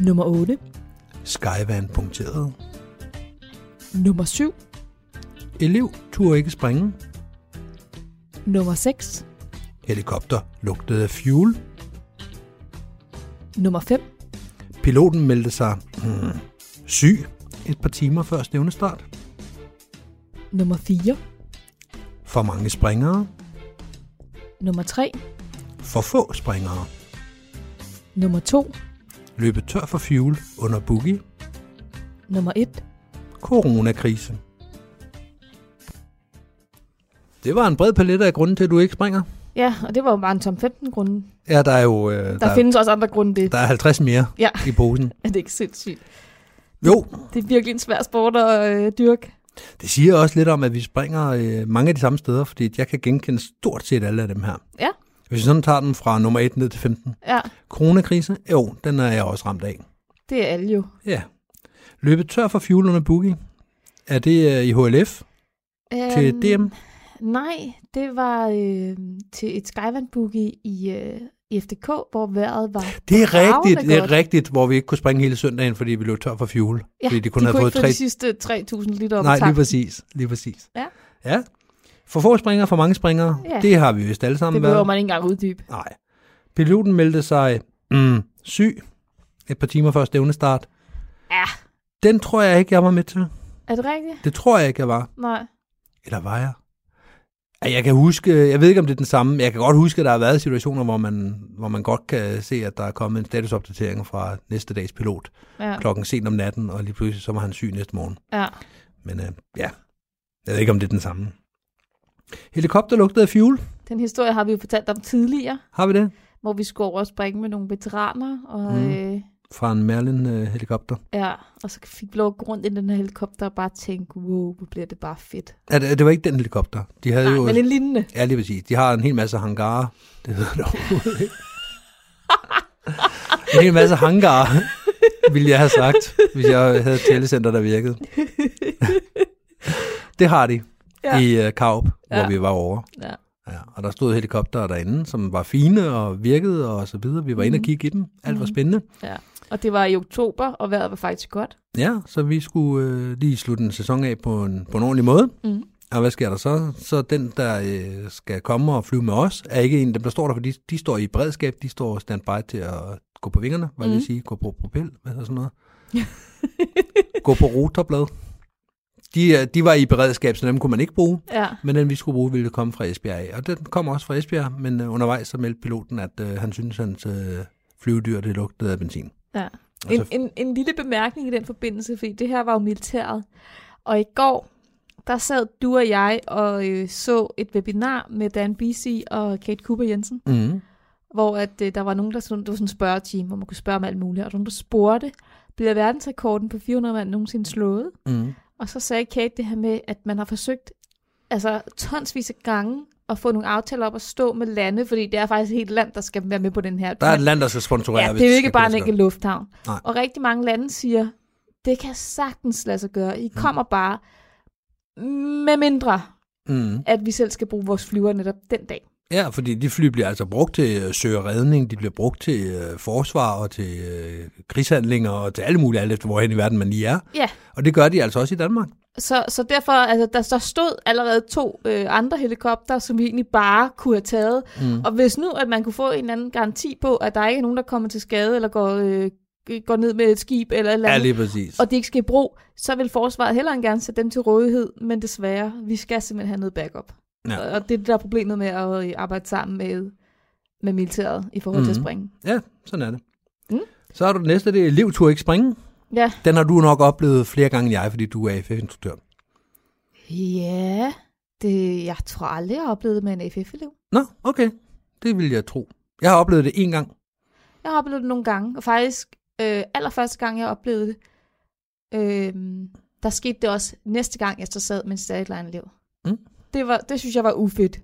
[SPEAKER 3] Nummer 8.
[SPEAKER 2] Skyvan punkterede.
[SPEAKER 3] Nummer 7.
[SPEAKER 2] Elev turde ikke springe.
[SPEAKER 3] Nummer 6.
[SPEAKER 2] Helikopter lugtede af fuel.
[SPEAKER 3] Nummer 5.
[SPEAKER 2] Piloten meldte sig hmm, syg et par timer før stævnestart.
[SPEAKER 3] Nummer 4.
[SPEAKER 2] For mange springere.
[SPEAKER 3] Nummer 3.
[SPEAKER 2] For få springere.
[SPEAKER 3] Nummer 2.
[SPEAKER 2] Løbet tør for fuel under boogie.
[SPEAKER 3] Nummer 1.
[SPEAKER 2] Coronakrise. Det var en bred palet af grunde til, at du ikke springer.
[SPEAKER 3] Ja, og det var jo bare en top 15 grunde. Der,
[SPEAKER 2] Ja, der er jo øh, der,
[SPEAKER 3] der findes også andre grunde det.
[SPEAKER 2] der er 50 mere
[SPEAKER 3] Ja.
[SPEAKER 2] i posen.
[SPEAKER 3] Er det ikke sindssygt?
[SPEAKER 2] Jo,
[SPEAKER 3] Det er virkelig en svær sport at øh, dyrke.
[SPEAKER 2] det siger også lidt om, at vi springer øh, mange af de samme steder, fordi jeg kan genkende stort set alle af dem her.
[SPEAKER 3] Ja.
[SPEAKER 2] Hvis vi sådan tager dem fra nummer 1 ned til 15.
[SPEAKER 3] Ja,
[SPEAKER 2] Coronakrise, jo, den er jeg også ramt af.
[SPEAKER 3] det er alle jo.
[SPEAKER 2] Ja. Løbet tør for fuel under boogie. Er det øh, i HLF
[SPEAKER 3] Øhm,
[SPEAKER 2] til DM?
[SPEAKER 3] Nej, det var øh, til et skyvandboogie i, øh, i FDK, hvor vejret var
[SPEAKER 2] Det er rigtigt, det er
[SPEAKER 3] godt.
[SPEAKER 2] rigtigt, hvor vi ikke kunne springe hele søndagen, fordi vi løb tør for fuel.
[SPEAKER 3] Ja,
[SPEAKER 2] fordi de kun
[SPEAKER 3] de
[SPEAKER 2] havde
[SPEAKER 3] kunne
[SPEAKER 2] fået
[SPEAKER 3] ikke få
[SPEAKER 2] tre...
[SPEAKER 3] de sidste 3.000 liter op
[SPEAKER 2] Nej,
[SPEAKER 3] tanken.
[SPEAKER 2] lige præcis, lige præcis.
[SPEAKER 3] Ja.
[SPEAKER 2] ja. For få springere, for mange springere,
[SPEAKER 3] Ja.
[SPEAKER 2] det har vi vist alle
[SPEAKER 3] Det
[SPEAKER 2] sammen
[SPEAKER 3] behøver
[SPEAKER 2] været.
[SPEAKER 3] man ikke engang uddybe.
[SPEAKER 2] Nej. Piloten meldte sig mm, syg et par timer før stævnestart.
[SPEAKER 3] Ja.
[SPEAKER 2] Den tror jeg ikke, jeg var med til.
[SPEAKER 3] Er det rigtigt?
[SPEAKER 2] Det tror jeg ikke, jeg var.
[SPEAKER 3] Nej.
[SPEAKER 2] Eller var jeg? Ej, Jeg kan huske, jeg ved ikke om det er den samme, men jeg kan godt huske, at der har været situationer, hvor man, hvor man godt kan se, at der er kommet en statusopdatering fra næste dags pilot
[SPEAKER 3] Ja,
[SPEAKER 2] klokken sent om natten, og lige pludselig så var han syg næste morgen.
[SPEAKER 3] ja.
[SPEAKER 2] Men øh, ja, jeg ved ikke om det er den samme. Helikopter lugtede af fuel.
[SPEAKER 3] Den historie har vi jo fortalt om tidligere,
[SPEAKER 2] Har vi det?
[SPEAKER 3] hvor vi skulle over og springe med nogle veteraner, og, mm.
[SPEAKER 2] Mm.
[SPEAKER 3] øh,
[SPEAKER 2] Fra en øh, Merlin-helikopter.
[SPEAKER 3] ja, og så fik vi lov at gå rundt i den her helikopter og bare tænke, wow, hvor bliver det bare fedt.
[SPEAKER 2] Ja, det, det var ikke den helikopter. De havde
[SPEAKER 3] Nej,
[SPEAKER 2] jo...
[SPEAKER 3] men en lignende.
[SPEAKER 2] Ja, lige præcis. De har en hel masse hangarer. Det hedder det overhovedet ikke. En hel masse hangarer, ville jeg have sagt, hvis jeg havde et telecenter, der virkede. Det har de
[SPEAKER 3] Ja.
[SPEAKER 2] ja. i uh, Kaup, hvor
[SPEAKER 3] Ja.
[SPEAKER 2] vi var over.
[SPEAKER 3] Ja.
[SPEAKER 2] Ja, og der stod helikoptere derinde, som var fine og virkede og så videre. Vi var
[SPEAKER 3] Mhm.
[SPEAKER 2] inde og kigge i dem. Alt var spændende.
[SPEAKER 3] Og det var i oktober, og vejret var faktisk godt.
[SPEAKER 2] Ja, så vi skulle øh, lige slutte en sæson af på en, på en ordentlig måde.
[SPEAKER 3] Mm.
[SPEAKER 2] Og hvad sker der så? Så den, der øh, skal komme og flyve med os, er ikke en af dem, der står der, for de, de står i beredskab, de står standby til at gå på vingerne, hvad mm.
[SPEAKER 3] Mm.
[SPEAKER 2] vil sige, gå på propel, hvad hedder sådan noget. gå på rotorblad. De, øh, de var i beredskab, så dem kunne man ikke bruge,
[SPEAKER 3] Ja.
[SPEAKER 2] men den vi skulle bruge ville komme fra Esbjerg af. Og den kom også fra Esbjerg, men øh, undervejs så meldte piloten, at øh, han syntes, at hans øh, flyvedyr det lugtede af benzin.
[SPEAKER 3] Ja. En, en, en lille bemærkning i den forbindelse, fordi det her var jo militæret. Og i går, der sad du og jeg og øh, så et webinar med Dan BC og Kate Cooper Jensen,
[SPEAKER 2] Mm.
[SPEAKER 3] hvor at, øh, der var nogen, der sådan, det var sådan en spørgeteam, hvor man kunne spørge om alt muligt, og der var nogen, der spurgte, bliver verdensrekorden på 400 mand nogensinde slået?
[SPEAKER 2] Mm.
[SPEAKER 3] Og så sagde Kate det her med, at man har forsøgt altså tonsvis af gange at få nogle aftaler op at stå med lande, fordi det er faktisk et helt land, der skal være med på den her.
[SPEAKER 2] Der er et land, der skal sponsorere.
[SPEAKER 3] Ja,
[SPEAKER 2] hvis
[SPEAKER 3] det er jo
[SPEAKER 2] skal
[SPEAKER 3] ikke bare en
[SPEAKER 2] kunne lade
[SPEAKER 3] enkelt lufthavn.
[SPEAKER 2] Nej.
[SPEAKER 3] Og rigtig mange lande siger, det kan sagtens lade sig gøre. I
[SPEAKER 2] Mm.
[SPEAKER 3] kommer bare med mindre,
[SPEAKER 2] sig gøre. Mm.
[SPEAKER 3] at vi selv skal bruge vores flyver netop den dag.
[SPEAKER 2] Ja, fordi de fly bliver altså brugt til øh, søg og redning, de bliver brugt til øh, forsvar og til øh, krigshandlinger og til alle mulige, alt efter hvorhen i verden man lige er.
[SPEAKER 3] Ja.
[SPEAKER 2] Og det gør de altså også i Danmark.
[SPEAKER 3] Så, så derfor, altså, der, der stod allerede to øh, andre helikopter, som vi egentlig bare kunne have taget.
[SPEAKER 2] Mm.
[SPEAKER 3] Og hvis nu, at man kunne få en eller anden garanti på, at der ikke er nogen, der kommer til skade, eller går, øh, går ned med et skib, eller et eller
[SPEAKER 2] Ja,
[SPEAKER 3] andet,
[SPEAKER 2] lige præcis.
[SPEAKER 3] og de ikke skal i brug, så vil forsvaret heller end gerne sætte dem til rådighed, men desværre, vi skal simpelthen have noget backup.
[SPEAKER 2] Ja.
[SPEAKER 3] Og- Og det er det, der er problemet med at øh, arbejde sammen med, med militæret i forhold mm-hmm. til at
[SPEAKER 2] Mhm.
[SPEAKER 3] springe.
[SPEAKER 2] Ja, sådan er det.
[SPEAKER 3] Mm.
[SPEAKER 2] Så har du den næste, det er Liv turde ikke springe.
[SPEAKER 3] Ja.
[SPEAKER 2] Den har du nok oplevet flere gange end jeg, fordi du er AFF-instruktør.
[SPEAKER 3] Ja, det, jeg tror aldrig, jeg har oplevet det med en FF-elev.
[SPEAKER 2] Nå, okay. Det vil jeg tro. Jeg har oplevet det én gang.
[SPEAKER 3] Jeg har oplevet det nogle gange, og faktisk øh, allerførste gang, jeg oplevede det, øh, der skete det også næste gang, jeg så sad med en stadig elev.
[SPEAKER 2] Mm.
[SPEAKER 3] Det, var, det synes jeg var ufedt.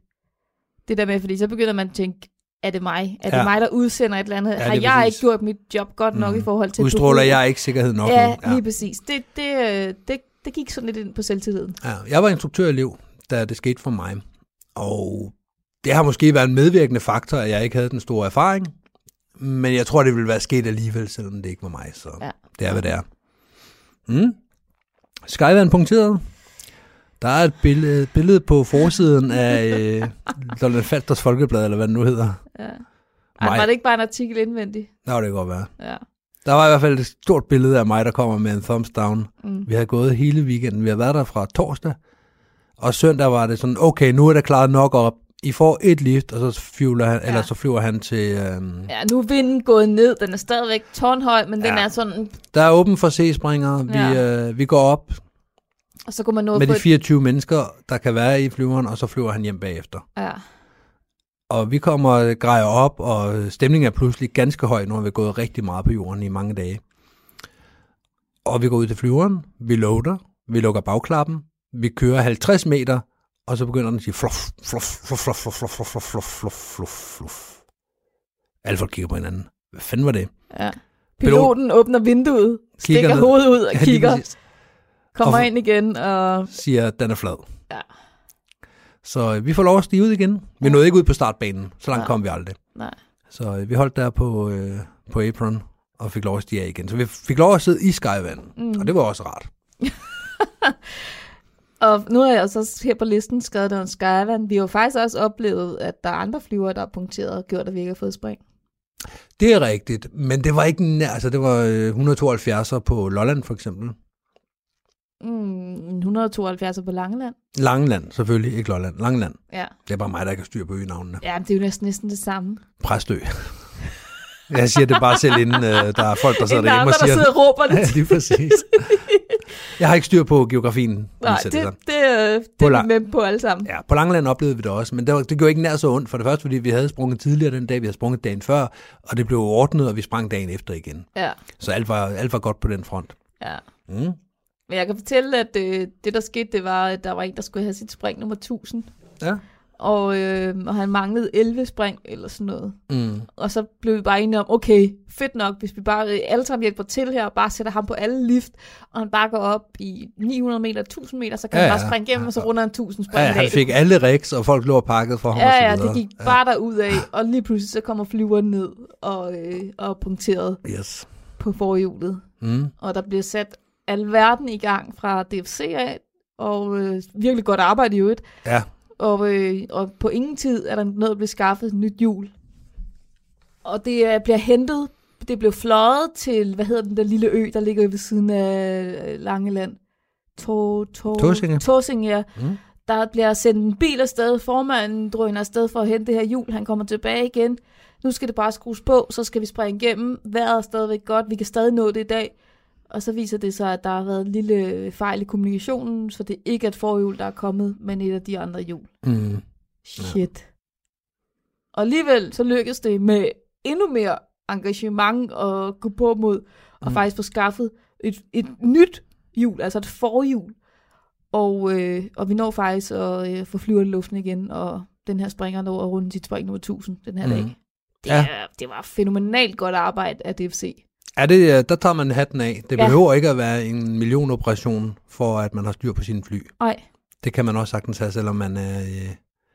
[SPEAKER 3] Det der med, fordi så begynder man at tænke, er det mig? Er det
[SPEAKER 2] Ja.
[SPEAKER 3] mig, der udsender et eller andet?
[SPEAKER 2] det
[SPEAKER 3] har
[SPEAKER 2] er
[SPEAKER 3] jeg
[SPEAKER 2] præcis.
[SPEAKER 3] ikke gjort mit job godt nok
[SPEAKER 2] Mhm.
[SPEAKER 3] i forhold til... at
[SPEAKER 2] Udstråler
[SPEAKER 3] du-
[SPEAKER 2] jeg ikke sikkerhed nok?
[SPEAKER 3] ja,
[SPEAKER 2] nu?
[SPEAKER 3] ja, lige præcis. Det, det, øh, det, det gik sådan lidt ind på selvtilliden.
[SPEAKER 2] Ja, jeg var instruktørelev, da det skete for mig. Og det har måske været en medvirkende faktor, at jeg ikke havde den store erfaring. Men jeg tror, det ville være sket alligevel, selvom det ikke var mig. Så
[SPEAKER 3] Ja.
[SPEAKER 2] ja. det er, hvad det er. Mm. Skyvand punkteret. Der er et billede, billede på forsiden af øh, Lolland Falsters Folkeblad, eller hvad det nu hedder.
[SPEAKER 3] Ja. Ej,
[SPEAKER 2] Mig.
[SPEAKER 3] var det ikke bare en artikel indvendig?
[SPEAKER 2] Der var det godt være.
[SPEAKER 3] Ja.
[SPEAKER 2] Der var i hvert fald et stort billede af mig, der kommer med en thumbs down.
[SPEAKER 3] Mm.
[SPEAKER 2] Vi har gået hele weekenden. Vi har været der fra torsdag. Og søndag var det sådan, okay, nu er der klaret nok op. I får et lift, og så flyver han,
[SPEAKER 3] Ja.
[SPEAKER 2] ja. eller så flyver han til... Øhm,
[SPEAKER 3] ja, nu er vinden gået ned. Den er stadigvæk tårnhøj, men ja. den
[SPEAKER 2] Ja.
[SPEAKER 3] er sådan...
[SPEAKER 2] der er åben for C-springere. Vi, ja. øh, vi går op
[SPEAKER 3] Og så kunne man nå
[SPEAKER 2] med
[SPEAKER 3] på
[SPEAKER 2] de 24 mennesker, der kan være i flyveren, og så flyver han hjem bagefter.
[SPEAKER 3] Ja.
[SPEAKER 2] Og vi kommer og grejer op, og stemningen er pludselig ganske høj, når vi er gået rigtig meget på jorden i mange dage. Og vi går ud til flyveren, vi loader, vi lukker bagklappen, vi kører 50 meter, og så begynder den at sige fluff, fluff, fluff, fluff, fluff, fluff, fluff, fluff, fluff, fluff, fluff. Alle folk kigger på hinanden. Hvad fanden var det?
[SPEAKER 3] Ja. Piloten åbner vinduet, stikker
[SPEAKER 2] ned.
[SPEAKER 3] hovedet ud og
[SPEAKER 2] Ja, lige
[SPEAKER 3] kigger,
[SPEAKER 2] præcis.
[SPEAKER 3] kommer
[SPEAKER 2] Og-
[SPEAKER 3] ind igen, og
[SPEAKER 2] Siger, at den er flad.
[SPEAKER 3] Ja.
[SPEAKER 2] Så øh, vi får lov at stige ud igen. Vi
[SPEAKER 3] Ja.
[SPEAKER 2] nåede ikke ud på startbanen. Så langt
[SPEAKER 3] Nej.
[SPEAKER 2] kom vi aldrig.
[SPEAKER 3] nej,
[SPEAKER 2] Så øh, vi holdt der på, øh, på apron og fik lov at stige af igen. Så vi fik lov at sidde i skyvandet,
[SPEAKER 3] Mm.
[SPEAKER 2] mm. og det var også rart.
[SPEAKER 3] Og nu har jeg jo så her på listen skrevet noget om Skyvan. Vi har jo faktisk også oplevet, at der er andre flyvere, der er punkteret og gjort, at vi ikke har fået spring.
[SPEAKER 2] Det er rigtigt, men det var ikke nær, altså det var øh, 172'er på Lolland for eksempel.
[SPEAKER 3] Mm, en 172 er på Langeland.
[SPEAKER 2] Langeland selvfølgelig, ikke Lolland, Langeland.
[SPEAKER 3] Ja,
[SPEAKER 2] Det er bare mig, der ikke har styr på øgenavnene.
[SPEAKER 3] ja men det er jo næsten, næsten det samme.
[SPEAKER 2] Præstø. Jeg siger det bare selv, inden øh, der er folk, der sidder
[SPEAKER 3] Inden
[SPEAKER 2] derhjemme
[SPEAKER 3] andre,
[SPEAKER 2] og
[SPEAKER 3] der
[SPEAKER 2] siger...
[SPEAKER 3] sidder og råber det.
[SPEAKER 2] ja, lige præcis. Jeg har ikke styr på geografien. vil jeg
[SPEAKER 3] Nej,
[SPEAKER 2] sætte
[SPEAKER 3] det,
[SPEAKER 2] sådan.
[SPEAKER 3] det, øh, det
[SPEAKER 2] På
[SPEAKER 3] er vi
[SPEAKER 2] lang-
[SPEAKER 3] med på alle sammen.
[SPEAKER 2] Ja, på Langeland oplevede vi det også, men det, var, det gjorde ikke nær så ondt. For det første, fordi vi havde sprunget tidligere den dag, vi havde sprunget dagen før, og det blev ordnet, og vi sprang dagen efter igen.
[SPEAKER 3] Ja,
[SPEAKER 2] Så alt var, alt var godt på den front.
[SPEAKER 3] ja.
[SPEAKER 2] Mm.
[SPEAKER 3] Men jeg kan fortælle, at øh, det, der skete, det var, at der var en, der skulle have sit spring nummer 1000.
[SPEAKER 2] Ja.
[SPEAKER 3] Og, øh, og han manglede 11 spring eller sådan noget.
[SPEAKER 2] Mm.
[SPEAKER 3] Og så blev vi bare enige om, okay, fedt nok, hvis vi bare øh, alle sammen hjælper til her, og bare sætter ham på alle lift, og han bare går op i 900 meter, 1000 meter, så kan ja,
[SPEAKER 2] Ja,
[SPEAKER 3] han bare
[SPEAKER 2] ja.
[SPEAKER 3] springe igennem, og så runder han 1000 spring
[SPEAKER 2] Ja, han fik alle rigs, og folk lå og pakket for ham. og så
[SPEAKER 3] ja, ja,
[SPEAKER 2] videre.
[SPEAKER 3] det gik bare derud af, og lige pludselig så kommer flyveren ned og, øh, og punkteret
[SPEAKER 2] Yes.
[SPEAKER 3] på forhjulet.
[SPEAKER 2] Mm.
[SPEAKER 3] Og der bliver sat alverden i gang fra DFC af, og øh, virkelig godt arbejde i øvrigt.
[SPEAKER 2] Ja,
[SPEAKER 3] Og, øh, og på ingen tid er der noget at blive skaffet et nyt hjul. Og det øh, bliver hentet, det blev fløjet til, hvad hedder den der lille ø, der ligger ved siden af øh, Langeland? To, to,
[SPEAKER 2] Tåsinge.
[SPEAKER 3] Tåsinge, ja.
[SPEAKER 2] Mm.
[SPEAKER 3] Der bliver sendt en bil afsted, formanden drøner afsted for at hente det her hjul, han kommer tilbage igen. Nu skal det bare skrues på, så skal vi springe igennem. Vejret er stadigvæk godt, vi kan stadig nå det i dag. Og så viser det sig, at der har været en lille fejl i kommunikationen, så det ikke er et forhjul, der er kommet, men et af de andre hjul.
[SPEAKER 2] Mm.
[SPEAKER 3] Shit. Ja. Og alligevel så lykkedes det med endnu mere engagement og gå på mod, og
[SPEAKER 2] Mm.
[SPEAKER 3] mm. faktisk få skaffet et, et nyt hjul, altså et forhjul. Og, øh, og vi når faktisk at øh, få flyver i luften igen, og den her springer når at runde sit spring nummer 1000 den her
[SPEAKER 2] Mm.
[SPEAKER 3] mm. dag. Det,
[SPEAKER 2] Ja.
[SPEAKER 3] er, det var fænomenalt godt arbejde af DFC.
[SPEAKER 2] Er det, øh, der tager man hatten af. Det
[SPEAKER 3] Ja.
[SPEAKER 2] behøver ikke at være en millionoperation, for at man har styr på sine fly.
[SPEAKER 3] Nej,
[SPEAKER 2] Det kan man også sagtens have, selvom man er øh,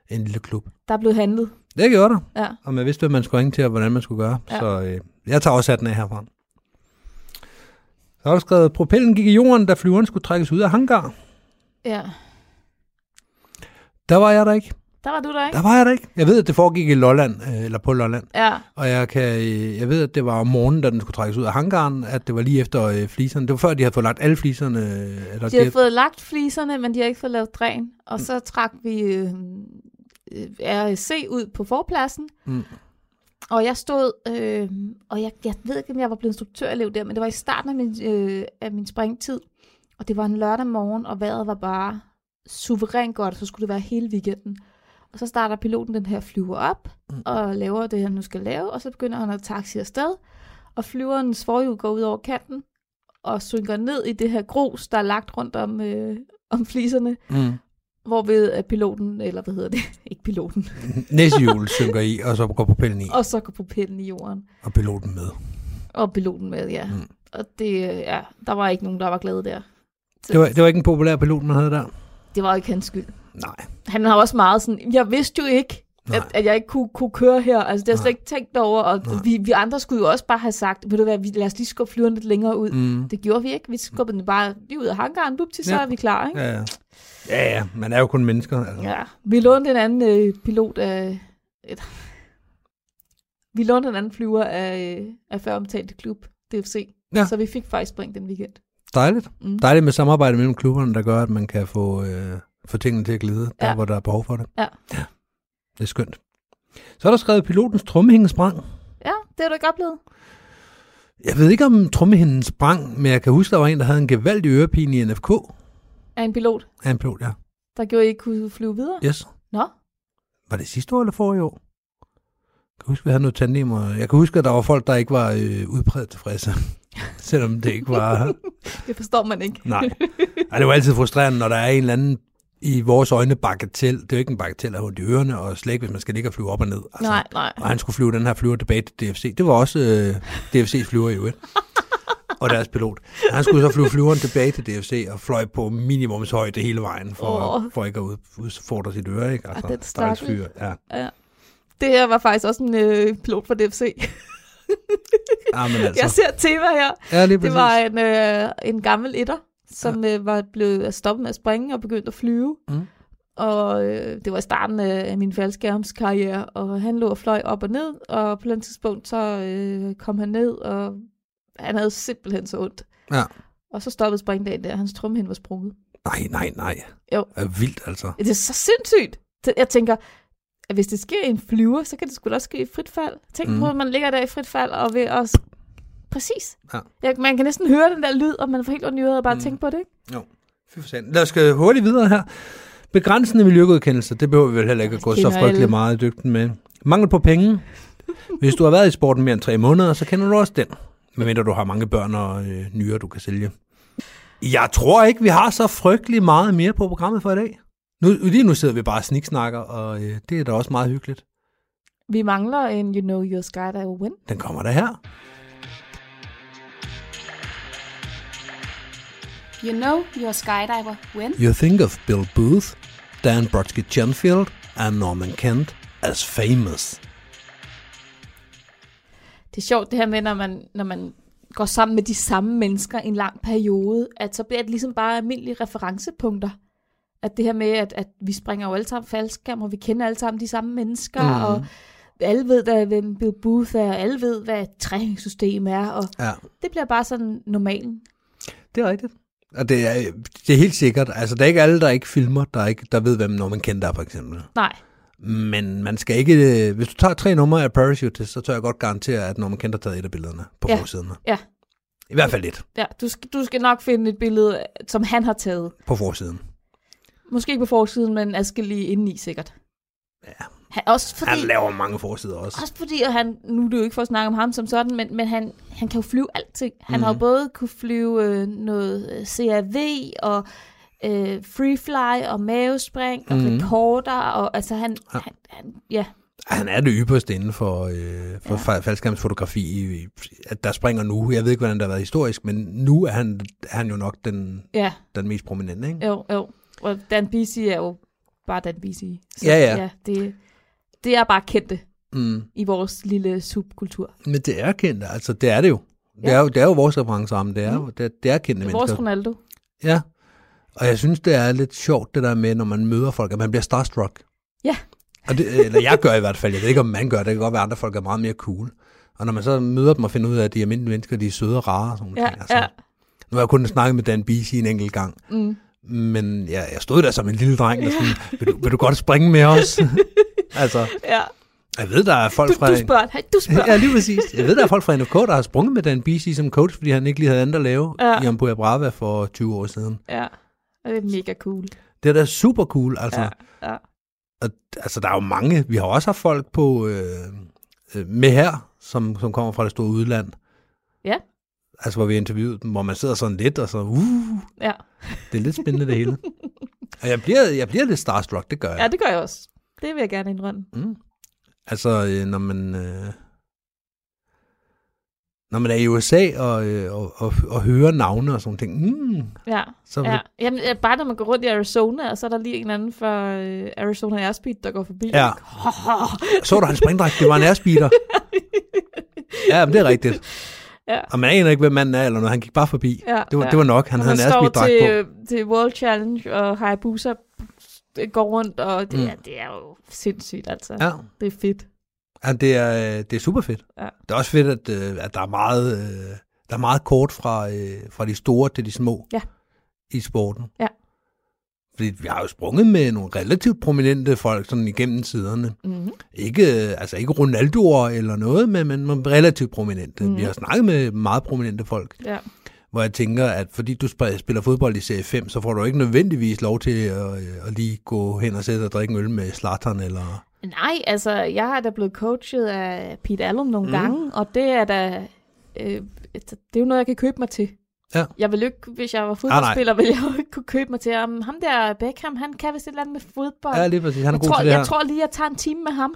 [SPEAKER 2] en lille klub.
[SPEAKER 3] der blev handlet.
[SPEAKER 2] Det gjorde der,
[SPEAKER 3] Ja.
[SPEAKER 2] og man vidste, hvad man skulle ringe til, og hvordan man skulle gøre. Ja.
[SPEAKER 3] Ja.
[SPEAKER 2] Så øh, jeg tager også hatten af herfra. Så har du skrevet, propellen gik i jorden, da flyveren skulle trækkes ud af hangar.
[SPEAKER 3] ja.
[SPEAKER 2] Der var jeg der ikke.
[SPEAKER 3] Der var du der, ikke?
[SPEAKER 2] Der var jeg der ikke. Jeg ved, at det foregik i Lolland, øh, eller på Lolland.
[SPEAKER 3] Ja.
[SPEAKER 2] Og jeg, kan, øh, jeg ved, at det var om morgenen, da den skulle trækkes ud af hangaren, at det var lige efter øh, fliserne. Det var før, de havde fået lagt alle fliserne. øh, Eller
[SPEAKER 3] De har fået lagt fliserne, men de har ikke fået lavet dræn. Og så trak vi øh, øh, RSC ud på forpladsen.
[SPEAKER 2] Mm.
[SPEAKER 3] Og jeg stod, øh, og jeg, jeg ved ikke, om jeg var blevet instruktørelev der, men det var i starten af min, øh, af min springtid. Og det var en lørdag morgen, og vejret var bare suverænt godt, så skulle det være hele weekenden. Og så starter piloten den her flyver op,
[SPEAKER 2] Mm.
[SPEAKER 3] og laver det, han nu skal lave, og så begynder han at taxi afsted. Og flyverens forhjul går ud over kanten, og synker ned i det her grus, der er lagt rundt om, øh, om fliserne,
[SPEAKER 2] Mm.
[SPEAKER 3] hvorved at piloten, eller hvad hedder det, ikke piloten,
[SPEAKER 2] Næste hjul synker i, og så går propellen i,
[SPEAKER 3] og så går propellen i jorden,
[SPEAKER 2] og piloten med.
[SPEAKER 3] og piloten med, ja.
[SPEAKER 2] Mm.
[SPEAKER 3] Mm. Og det, øh, ja, der var ikke nogen, der var glade der. Så
[SPEAKER 2] Det var, det var ikke en populær pilot, man havde der.
[SPEAKER 3] det var ikke hans skyld.
[SPEAKER 2] Nej.
[SPEAKER 3] Han har også meget sådan, jeg vidste jo ikke,
[SPEAKER 2] Nej.
[SPEAKER 3] at, at, jeg ikke kunne, kunne køre her. Altså, det har jeg
[SPEAKER 2] Nej.
[SPEAKER 3] slet ikke tænkt over, og
[SPEAKER 2] Nej.
[SPEAKER 3] vi, vi andre skulle jo også bare have sagt, ved du hvad, vi, lad os lige skubbe flyveren lidt længere ud. Mm.
[SPEAKER 2] Mm.
[SPEAKER 3] Det gjorde vi ikke. Vi skubbede den bare lige ud af hangaren, bup, til så
[SPEAKER 2] Ja.
[SPEAKER 3] er vi klar, ikke?
[SPEAKER 2] Ja, ja. ja, ja. Man er jo kun mennesker. Altså.
[SPEAKER 3] Ja, vi lånte en anden øh, pilot af... Et, vi lånte en anden flyver af, øh, af før omtalte klub, DFC.
[SPEAKER 2] Ja.
[SPEAKER 3] Ja. Så vi fik faktisk spring den weekend.
[SPEAKER 2] Dejligt.
[SPEAKER 3] Mm.
[SPEAKER 2] Dejligt med samarbejde mellem klubberne, der gør, at man kan få, øh, få tingene til at glide, der
[SPEAKER 3] Ja.
[SPEAKER 2] hvor der er behov for det.
[SPEAKER 3] Ja.
[SPEAKER 2] ja. Det er skønt. Så er der skrevet, pilotens trommehænge sprang.
[SPEAKER 3] Ja, det har du ikke oplevet.
[SPEAKER 2] Jeg ved ikke, om trommehinden sprang, men jeg kan huske, der var en, der havde en gevaldig ørepine i NFK.
[SPEAKER 3] Af en pilot,
[SPEAKER 2] Af en pilot, ja.
[SPEAKER 3] der gjorde, at I ikke kunne flyve videre. Ja.
[SPEAKER 2] Yes.
[SPEAKER 3] Nå,
[SPEAKER 2] Var det sidste år eller forrige år? Jeg kan huske, vi havde noget tandem, og jeg kan huske, at der var folk, der ikke var øh, udpræget tilfredse. Selvom det ikke var...
[SPEAKER 3] det forstår man ikke.
[SPEAKER 2] Nej. Ej, det var altid frustrerende, når der er en eller anden i vores øjne bagatell. Det er jo ikke en bagatell af ondt i ørerne, og slet ikke, hvis man skal ligge og flyve op og ned. Altså,
[SPEAKER 3] nej, nej.
[SPEAKER 2] Og han skulle flyve den her flyver tilbage til DFC. Det var også øh, DFC's flyver i øvrigt. Og deres pilot. Han skulle så flyve flyveren tilbage til DFC og fløj på minimumshøjde hele vejen, for, oh.
[SPEAKER 3] Åh.
[SPEAKER 2] for ikke at ud, udfordre sit øre. Ikke? Altså,
[SPEAKER 3] den
[SPEAKER 2] stakkels
[SPEAKER 3] stakkel.
[SPEAKER 2] fyr, Ja.
[SPEAKER 3] Det her var faktisk også en øh, pilot fra DFC.
[SPEAKER 2] Ja, men altså.
[SPEAKER 3] Jeg ser et tema her.
[SPEAKER 2] ja, lige
[SPEAKER 3] Det
[SPEAKER 2] præcis.
[SPEAKER 3] var en, øh, en gammel etter, som øh, var blevet stoppet med at springe og begyndt at flyve.
[SPEAKER 2] Mm.
[SPEAKER 3] Og øh, det var i starten af af min faldskærmskarriere, og han lå og fløj op og ned, og på et tidspunkt så øh, kom han ned, og han havde simpelthen så ondt.
[SPEAKER 2] Ja.
[SPEAKER 3] Og så stoppede springdagen der, hans trumhinde var sprunget.
[SPEAKER 2] Nej, nej, nej.
[SPEAKER 3] Jo.
[SPEAKER 2] Det er vildt, altså.
[SPEAKER 3] Det er så sindssygt! Så Jeg tænker, at hvis det sker i en flyver, så kan det sgu da også ske i frit fald. Tænk
[SPEAKER 2] Mm.
[SPEAKER 3] mm. på, at man ligger der i frit fald, og ved os... Præcis.
[SPEAKER 2] Ja.
[SPEAKER 3] Jeg, man kan næsten høre den der lyd, og man får helt ondt i øret og bare
[SPEAKER 2] Mm.
[SPEAKER 3] mm. tænke på det, ikke?
[SPEAKER 2] Fy for satan. Lad os gå hurtigt videre her. Begrænsende miljøgodkendelser, det behøver vi vel heller ikke at gå så
[SPEAKER 3] Kender
[SPEAKER 2] frygtelig
[SPEAKER 3] alle.
[SPEAKER 2] meget i dybden med. Mangel på penge. Hvis du har været i sporten mere end tre måneder, så kender du også den. Medmindre du har mange børn og øh, nyere, du kan sælge. Jeg tror ikke, vi har så frygtelig meget mere på programmet for i dag. Nu, lige nu sidder vi bare og sniksnakker, og øh, det er da også meget hyggeligt.
[SPEAKER 3] Vi mangler en You Know Your Skydiver Win.
[SPEAKER 2] Den kommer da her.
[SPEAKER 4] You know you're a skydiver when
[SPEAKER 2] You think of Bill Booth, Dan Brodsky Chenfield and Norman Kent as famous.
[SPEAKER 3] Det er sjovt det her med, når man, når man går sammen med de samme mennesker i en lang periode, at så bliver det ligesom bare almindelige referencepunkter. At det her med, at, at vi springer jo alle sammen faldskærm, og vi kender alle sammen de samme mennesker,
[SPEAKER 2] Mhm.
[SPEAKER 3] mm. og alle ved, da, hvem Bill Booth er, og alle ved, hvad et træningssystem er, og
[SPEAKER 2] Ja,
[SPEAKER 3] det bliver bare sådan normalen.
[SPEAKER 2] det er rigtigt. Og det er, det er helt sikkert. Altså, der er ikke alle, der ikke filmer, der, ikke, der ved, hvem Norman Kent er, for eksempel.
[SPEAKER 3] Nej.
[SPEAKER 2] Men man skal ikke... øh, Hvis du tager tre numre af Parachute, så tør jeg godt garantere, at Norman Kent har taget et af billederne på
[SPEAKER 3] Ja.
[SPEAKER 2] forsiderne.
[SPEAKER 3] Ja.
[SPEAKER 2] I hvert fald et
[SPEAKER 3] Ja, du skal, du skal nok finde et billede, som han har taget.
[SPEAKER 2] på forsiden.
[SPEAKER 3] Måske ikke på forsiden, men adskillige indeni sikkert.
[SPEAKER 2] Ja.
[SPEAKER 3] Han, også fordi,
[SPEAKER 2] Han laver mange forsider også.
[SPEAKER 3] også fordi at han, nu er det jo ikke for at snakke om ham som sådan, men, men han, han kan jo flyve alting. Han mm. har jo
[SPEAKER 2] Mhm.
[SPEAKER 3] både kunne flyve øh, noget øh, CRV og øh, freefly og mavespring og
[SPEAKER 2] Mhm.
[SPEAKER 3] rekorder. Og, altså han,
[SPEAKER 2] Ja.
[SPEAKER 3] ja. Han, han, ja,
[SPEAKER 2] Han er det ypperste inden for, øh, for ja. faldskærmsfotografi, i- i- at der springer nu. Jeg ved ikke, hvordan det har været historisk, men nu er han, er han jo nok den,
[SPEAKER 3] ja,
[SPEAKER 2] den mest prominente. Ikke?
[SPEAKER 3] jo, jo. Og Dan Bisi er jo bare Dan Bisi.
[SPEAKER 2] Ja, ja.
[SPEAKER 3] ja det, det er bare kendte
[SPEAKER 2] Mm.
[SPEAKER 3] i vores lille subkultur.
[SPEAKER 2] Men det er kendte, altså det er det jo. Det
[SPEAKER 3] Ja.
[SPEAKER 2] er jo, det er jo vores referenceramme, det er, mm. det, er- det er kendte
[SPEAKER 3] Det er
[SPEAKER 2] mennesker.
[SPEAKER 3] vores Ronaldo.
[SPEAKER 2] Ja, og jeg synes, det er lidt sjovt, det der med, når man møder folk, at man bliver starstruck.
[SPEAKER 3] Ja.
[SPEAKER 2] Og det, eller jeg gør i hvert fald, jeg ved ikke, om man gør det, det kan godt være, at andre folk er meget mere cool. Og når man så møder dem og finder ud af, at de er almindelige mennesker, de er søde og rare og sådan nogle
[SPEAKER 3] Ja,
[SPEAKER 2] ting. altså,
[SPEAKER 3] ja.
[SPEAKER 2] Nu har jeg kun snakket med Dan Bisi en enkelt gang,
[SPEAKER 3] Mm.
[SPEAKER 2] men jeg, jeg stod der som en lille dreng, og sådan, vil, du, vil du godt springe med os? altså,
[SPEAKER 3] ja.
[SPEAKER 2] jeg ved, der er
[SPEAKER 3] Du,
[SPEAKER 2] folk fra...
[SPEAKER 3] du spørger. Hey, du spørger.
[SPEAKER 2] Ja, lige præcis. Jeg ved, der er folk fra NFK, der har sprunget med Dan BC som coach, fordi han ikke lige havde andet at lave
[SPEAKER 3] Ja.
[SPEAKER 2] ja. i Ampuja Brava for 20 år siden.
[SPEAKER 3] ja. Og det er mega cool.
[SPEAKER 2] Det er da super cool, altså.
[SPEAKER 3] Ja, ja.
[SPEAKER 2] Og, altså, der er jo mange. Vi har også haft folk på øh, øh, med her, som, som kommer fra det store udland.
[SPEAKER 3] Ja.
[SPEAKER 2] Altså, hvor vi interviewede dem, hvor man sidder sådan lidt og så, uh,
[SPEAKER 3] Ja.
[SPEAKER 2] det er lidt spændende det hele. Og jeg bliver, jeg bliver lidt starstruck, det gør jeg.
[SPEAKER 3] ja, det gør jeg også. Det vil jeg gerne indrømme.
[SPEAKER 2] Mm. Altså, øh, når man... Øh, når man er i USA og, øh, og, og, og hører navne og sådan nogle ting, mm,
[SPEAKER 3] Ja.
[SPEAKER 2] så
[SPEAKER 3] ja. Jamen, ja, bare når man går rundt i Arizona, og så er der lige en eller anden fra øh, Arizona Airspeed, der går forbi.
[SPEAKER 2] Ja. så du hans springdragt, det var en airspeeder. Ja, men det er rigtigt.
[SPEAKER 3] Ja.
[SPEAKER 2] Og man aner ikke, hvem manden er eller noget. Han gik bare forbi.
[SPEAKER 3] Ja,
[SPEAKER 2] Det var,
[SPEAKER 3] ja.
[SPEAKER 2] det var nok. Han
[SPEAKER 3] og
[SPEAKER 2] havde
[SPEAKER 3] man
[SPEAKER 2] en
[SPEAKER 3] står
[SPEAKER 2] airspeed-dragt
[SPEAKER 3] til,
[SPEAKER 2] på.
[SPEAKER 3] øh, til World Challenge, og Hayabusa går rundt, og det,
[SPEAKER 2] Mm.
[SPEAKER 3] mm. er, det er jo sindssygt, altså. Ja.
[SPEAKER 2] Ja.
[SPEAKER 3] Det er fedt.
[SPEAKER 2] ja, det er, øh, det er super fedt.
[SPEAKER 3] Ja.
[SPEAKER 2] Det er også fedt, at, øh, at der, er meget, øh, der er meget kort fra, øh, fra de store til de små
[SPEAKER 3] Ja.
[SPEAKER 2] i sporten.
[SPEAKER 3] Ja.
[SPEAKER 2] Fordi vi har jo sprunget med nogle relativt prominente folk sådan igennem tiderne.
[SPEAKER 3] Mm-hmm.
[SPEAKER 2] Ikke, øh, altså ikke Ronaldoer eller noget, men, men nogle relativt prominente. Mm.
[SPEAKER 3] Mhm.
[SPEAKER 2] Vi har snakket med meget prominente folk.
[SPEAKER 3] Ja.
[SPEAKER 2] hvor jeg tænker, at fordi du sp- spiller fodbold i Serie 5, så får du ikke nødvendigvis lov til at, øh, at lige gå hen og sætte og drikke en øl med Zlatan eller...
[SPEAKER 3] Nej, altså, jeg er da blevet coachet af Pete Allum nogle mm. gange, og det er da... Øh, det er jo noget, jeg kan købe mig til.
[SPEAKER 2] Ja. Ah,
[SPEAKER 3] Jeg ville jo ikke, hvis jeg var fodboldspiller, ville jeg jo ikke kunne købe mig til. Um, ham der Beckham, han kan vist et eller andet med fodbold.
[SPEAKER 2] Ja, lige præcis. Han er
[SPEAKER 3] jeg,
[SPEAKER 2] god
[SPEAKER 3] tror,
[SPEAKER 2] til det her.
[SPEAKER 3] jeg tror lige, jeg tager en time med ham.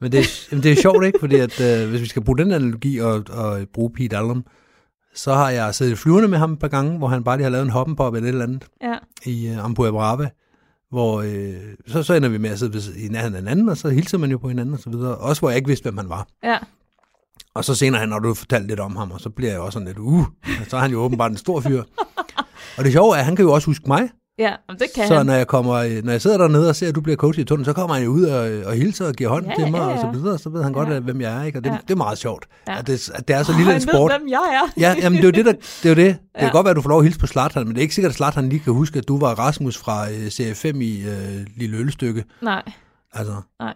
[SPEAKER 2] Men det, er, jamen, det er sjovt, ikke? Fordi at, øh, hvis vi skal bruge den analogi og, og bruge Pete Allum, så har jeg siddet i flyvende med ham et par gange, hvor han bare lige har lavet en hoppenpop eller et eller andet
[SPEAKER 3] Ja,
[SPEAKER 2] i øh, Ampua Brava, hvor øh, så, så ender vi med at sidde ved- i nærheden af hinanden, og så hilser man jo på hinanden og så videre. Også hvor jeg ikke vidste, hvem han var.
[SPEAKER 3] ja,
[SPEAKER 2] Og så senere hen, når du fortalte lidt om ham, og så bliver jeg også sådan lidt, uh, så er han jo åbenbart en stor fyr. Og det sjove er, at han kan jo også huske mig.
[SPEAKER 3] ja. Jamen, det kan
[SPEAKER 2] så
[SPEAKER 3] han.
[SPEAKER 2] når jeg, kommer, øh, når jeg sidder dernede og ser, at du bliver coach i tunnelen, så kommer han jo ud og, øh, og hilser og giver hånd
[SPEAKER 3] Ja,
[SPEAKER 2] ja, til mig
[SPEAKER 3] ja,
[SPEAKER 2] ja, ja.
[SPEAKER 3] ja.
[SPEAKER 2] og så videre. Så ved han godt,
[SPEAKER 3] Ja.
[SPEAKER 2] ja. hvem jeg er. Ikke? Og det,
[SPEAKER 3] Ja.
[SPEAKER 2] ja. det er meget sjovt,
[SPEAKER 3] Ja.
[SPEAKER 2] ja. at, det, at det er så lille en
[SPEAKER 3] han
[SPEAKER 2] sport.
[SPEAKER 3] ved, hvem jeg er.
[SPEAKER 2] Ja, jamen, det er jo det, der, det, er jo det. det
[SPEAKER 3] Ja.
[SPEAKER 2] kan godt være, at du får lov at hilse på Zlatan, men det er ikke sikkert, at Zlatan lige kan huske, at du var Rasmus fra øh, Serie 5 i øh, Lille Ølstykke.
[SPEAKER 3] Nej,
[SPEAKER 2] Altså.
[SPEAKER 3] Nej.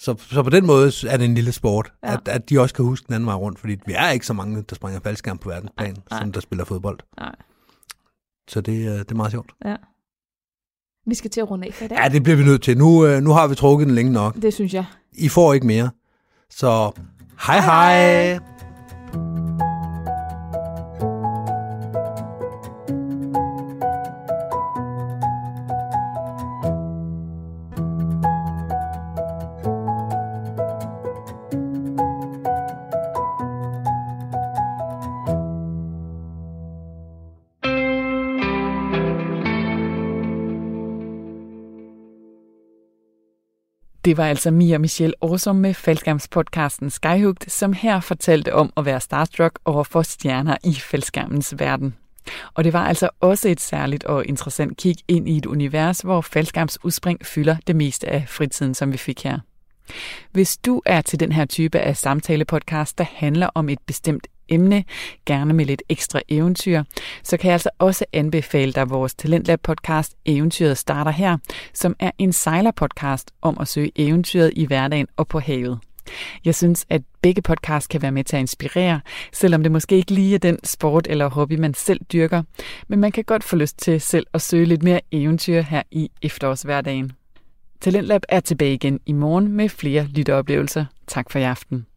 [SPEAKER 2] Så, så på den måde er det en lille sport,
[SPEAKER 3] Ja.
[SPEAKER 2] ja. at, at de også kan huske den anden vej rundt, fordi vi er ikke så mange, der springer faldskærm på verdensplan,
[SPEAKER 3] nej.
[SPEAKER 2] som der spiller fodbold.
[SPEAKER 3] Nej.
[SPEAKER 2] Så det, øh, det er meget sjovt.
[SPEAKER 3] ja. Vi skal til at runde af for i dag.
[SPEAKER 2] Ja, det bliver vi nødt til. Nu, øh, nu har vi trukket den længe nok.
[SPEAKER 3] Det synes jeg.
[SPEAKER 2] I får ikke mere. Så hej hej! hej.
[SPEAKER 1] Det var altså Mia og Michelle Årsum med faldskærmspodcasten Skyhugt, som her fortalte om at være starstruck over for stjerner i faldskærmens verden. Og det var altså også et særligt og interessant kig ind i et univers, hvor faldskærmsudspring fylder det meste af fritiden, som vi fik her. Hvis du er til den her type af samtalepodcast, der handler om et bestemt emne, gerne med lidt ekstra eventyr, så kan jeg altså også anbefale dig vores Talentlab podcast Eventyret starter her, som er en sejlerpodcast om at søge eventyret i hverdagen og på havet. Jeg synes, at begge podcasts kan være med til at inspirere, selvom det måske ikke lige er den sport eller hobby, man selv dyrker, men man kan godt få lyst til selv at søge lidt mere eventyr her i efterårshverdagen. Talentlab er tilbage igen i morgen med flere lytteoplevelser. Tak for i aften.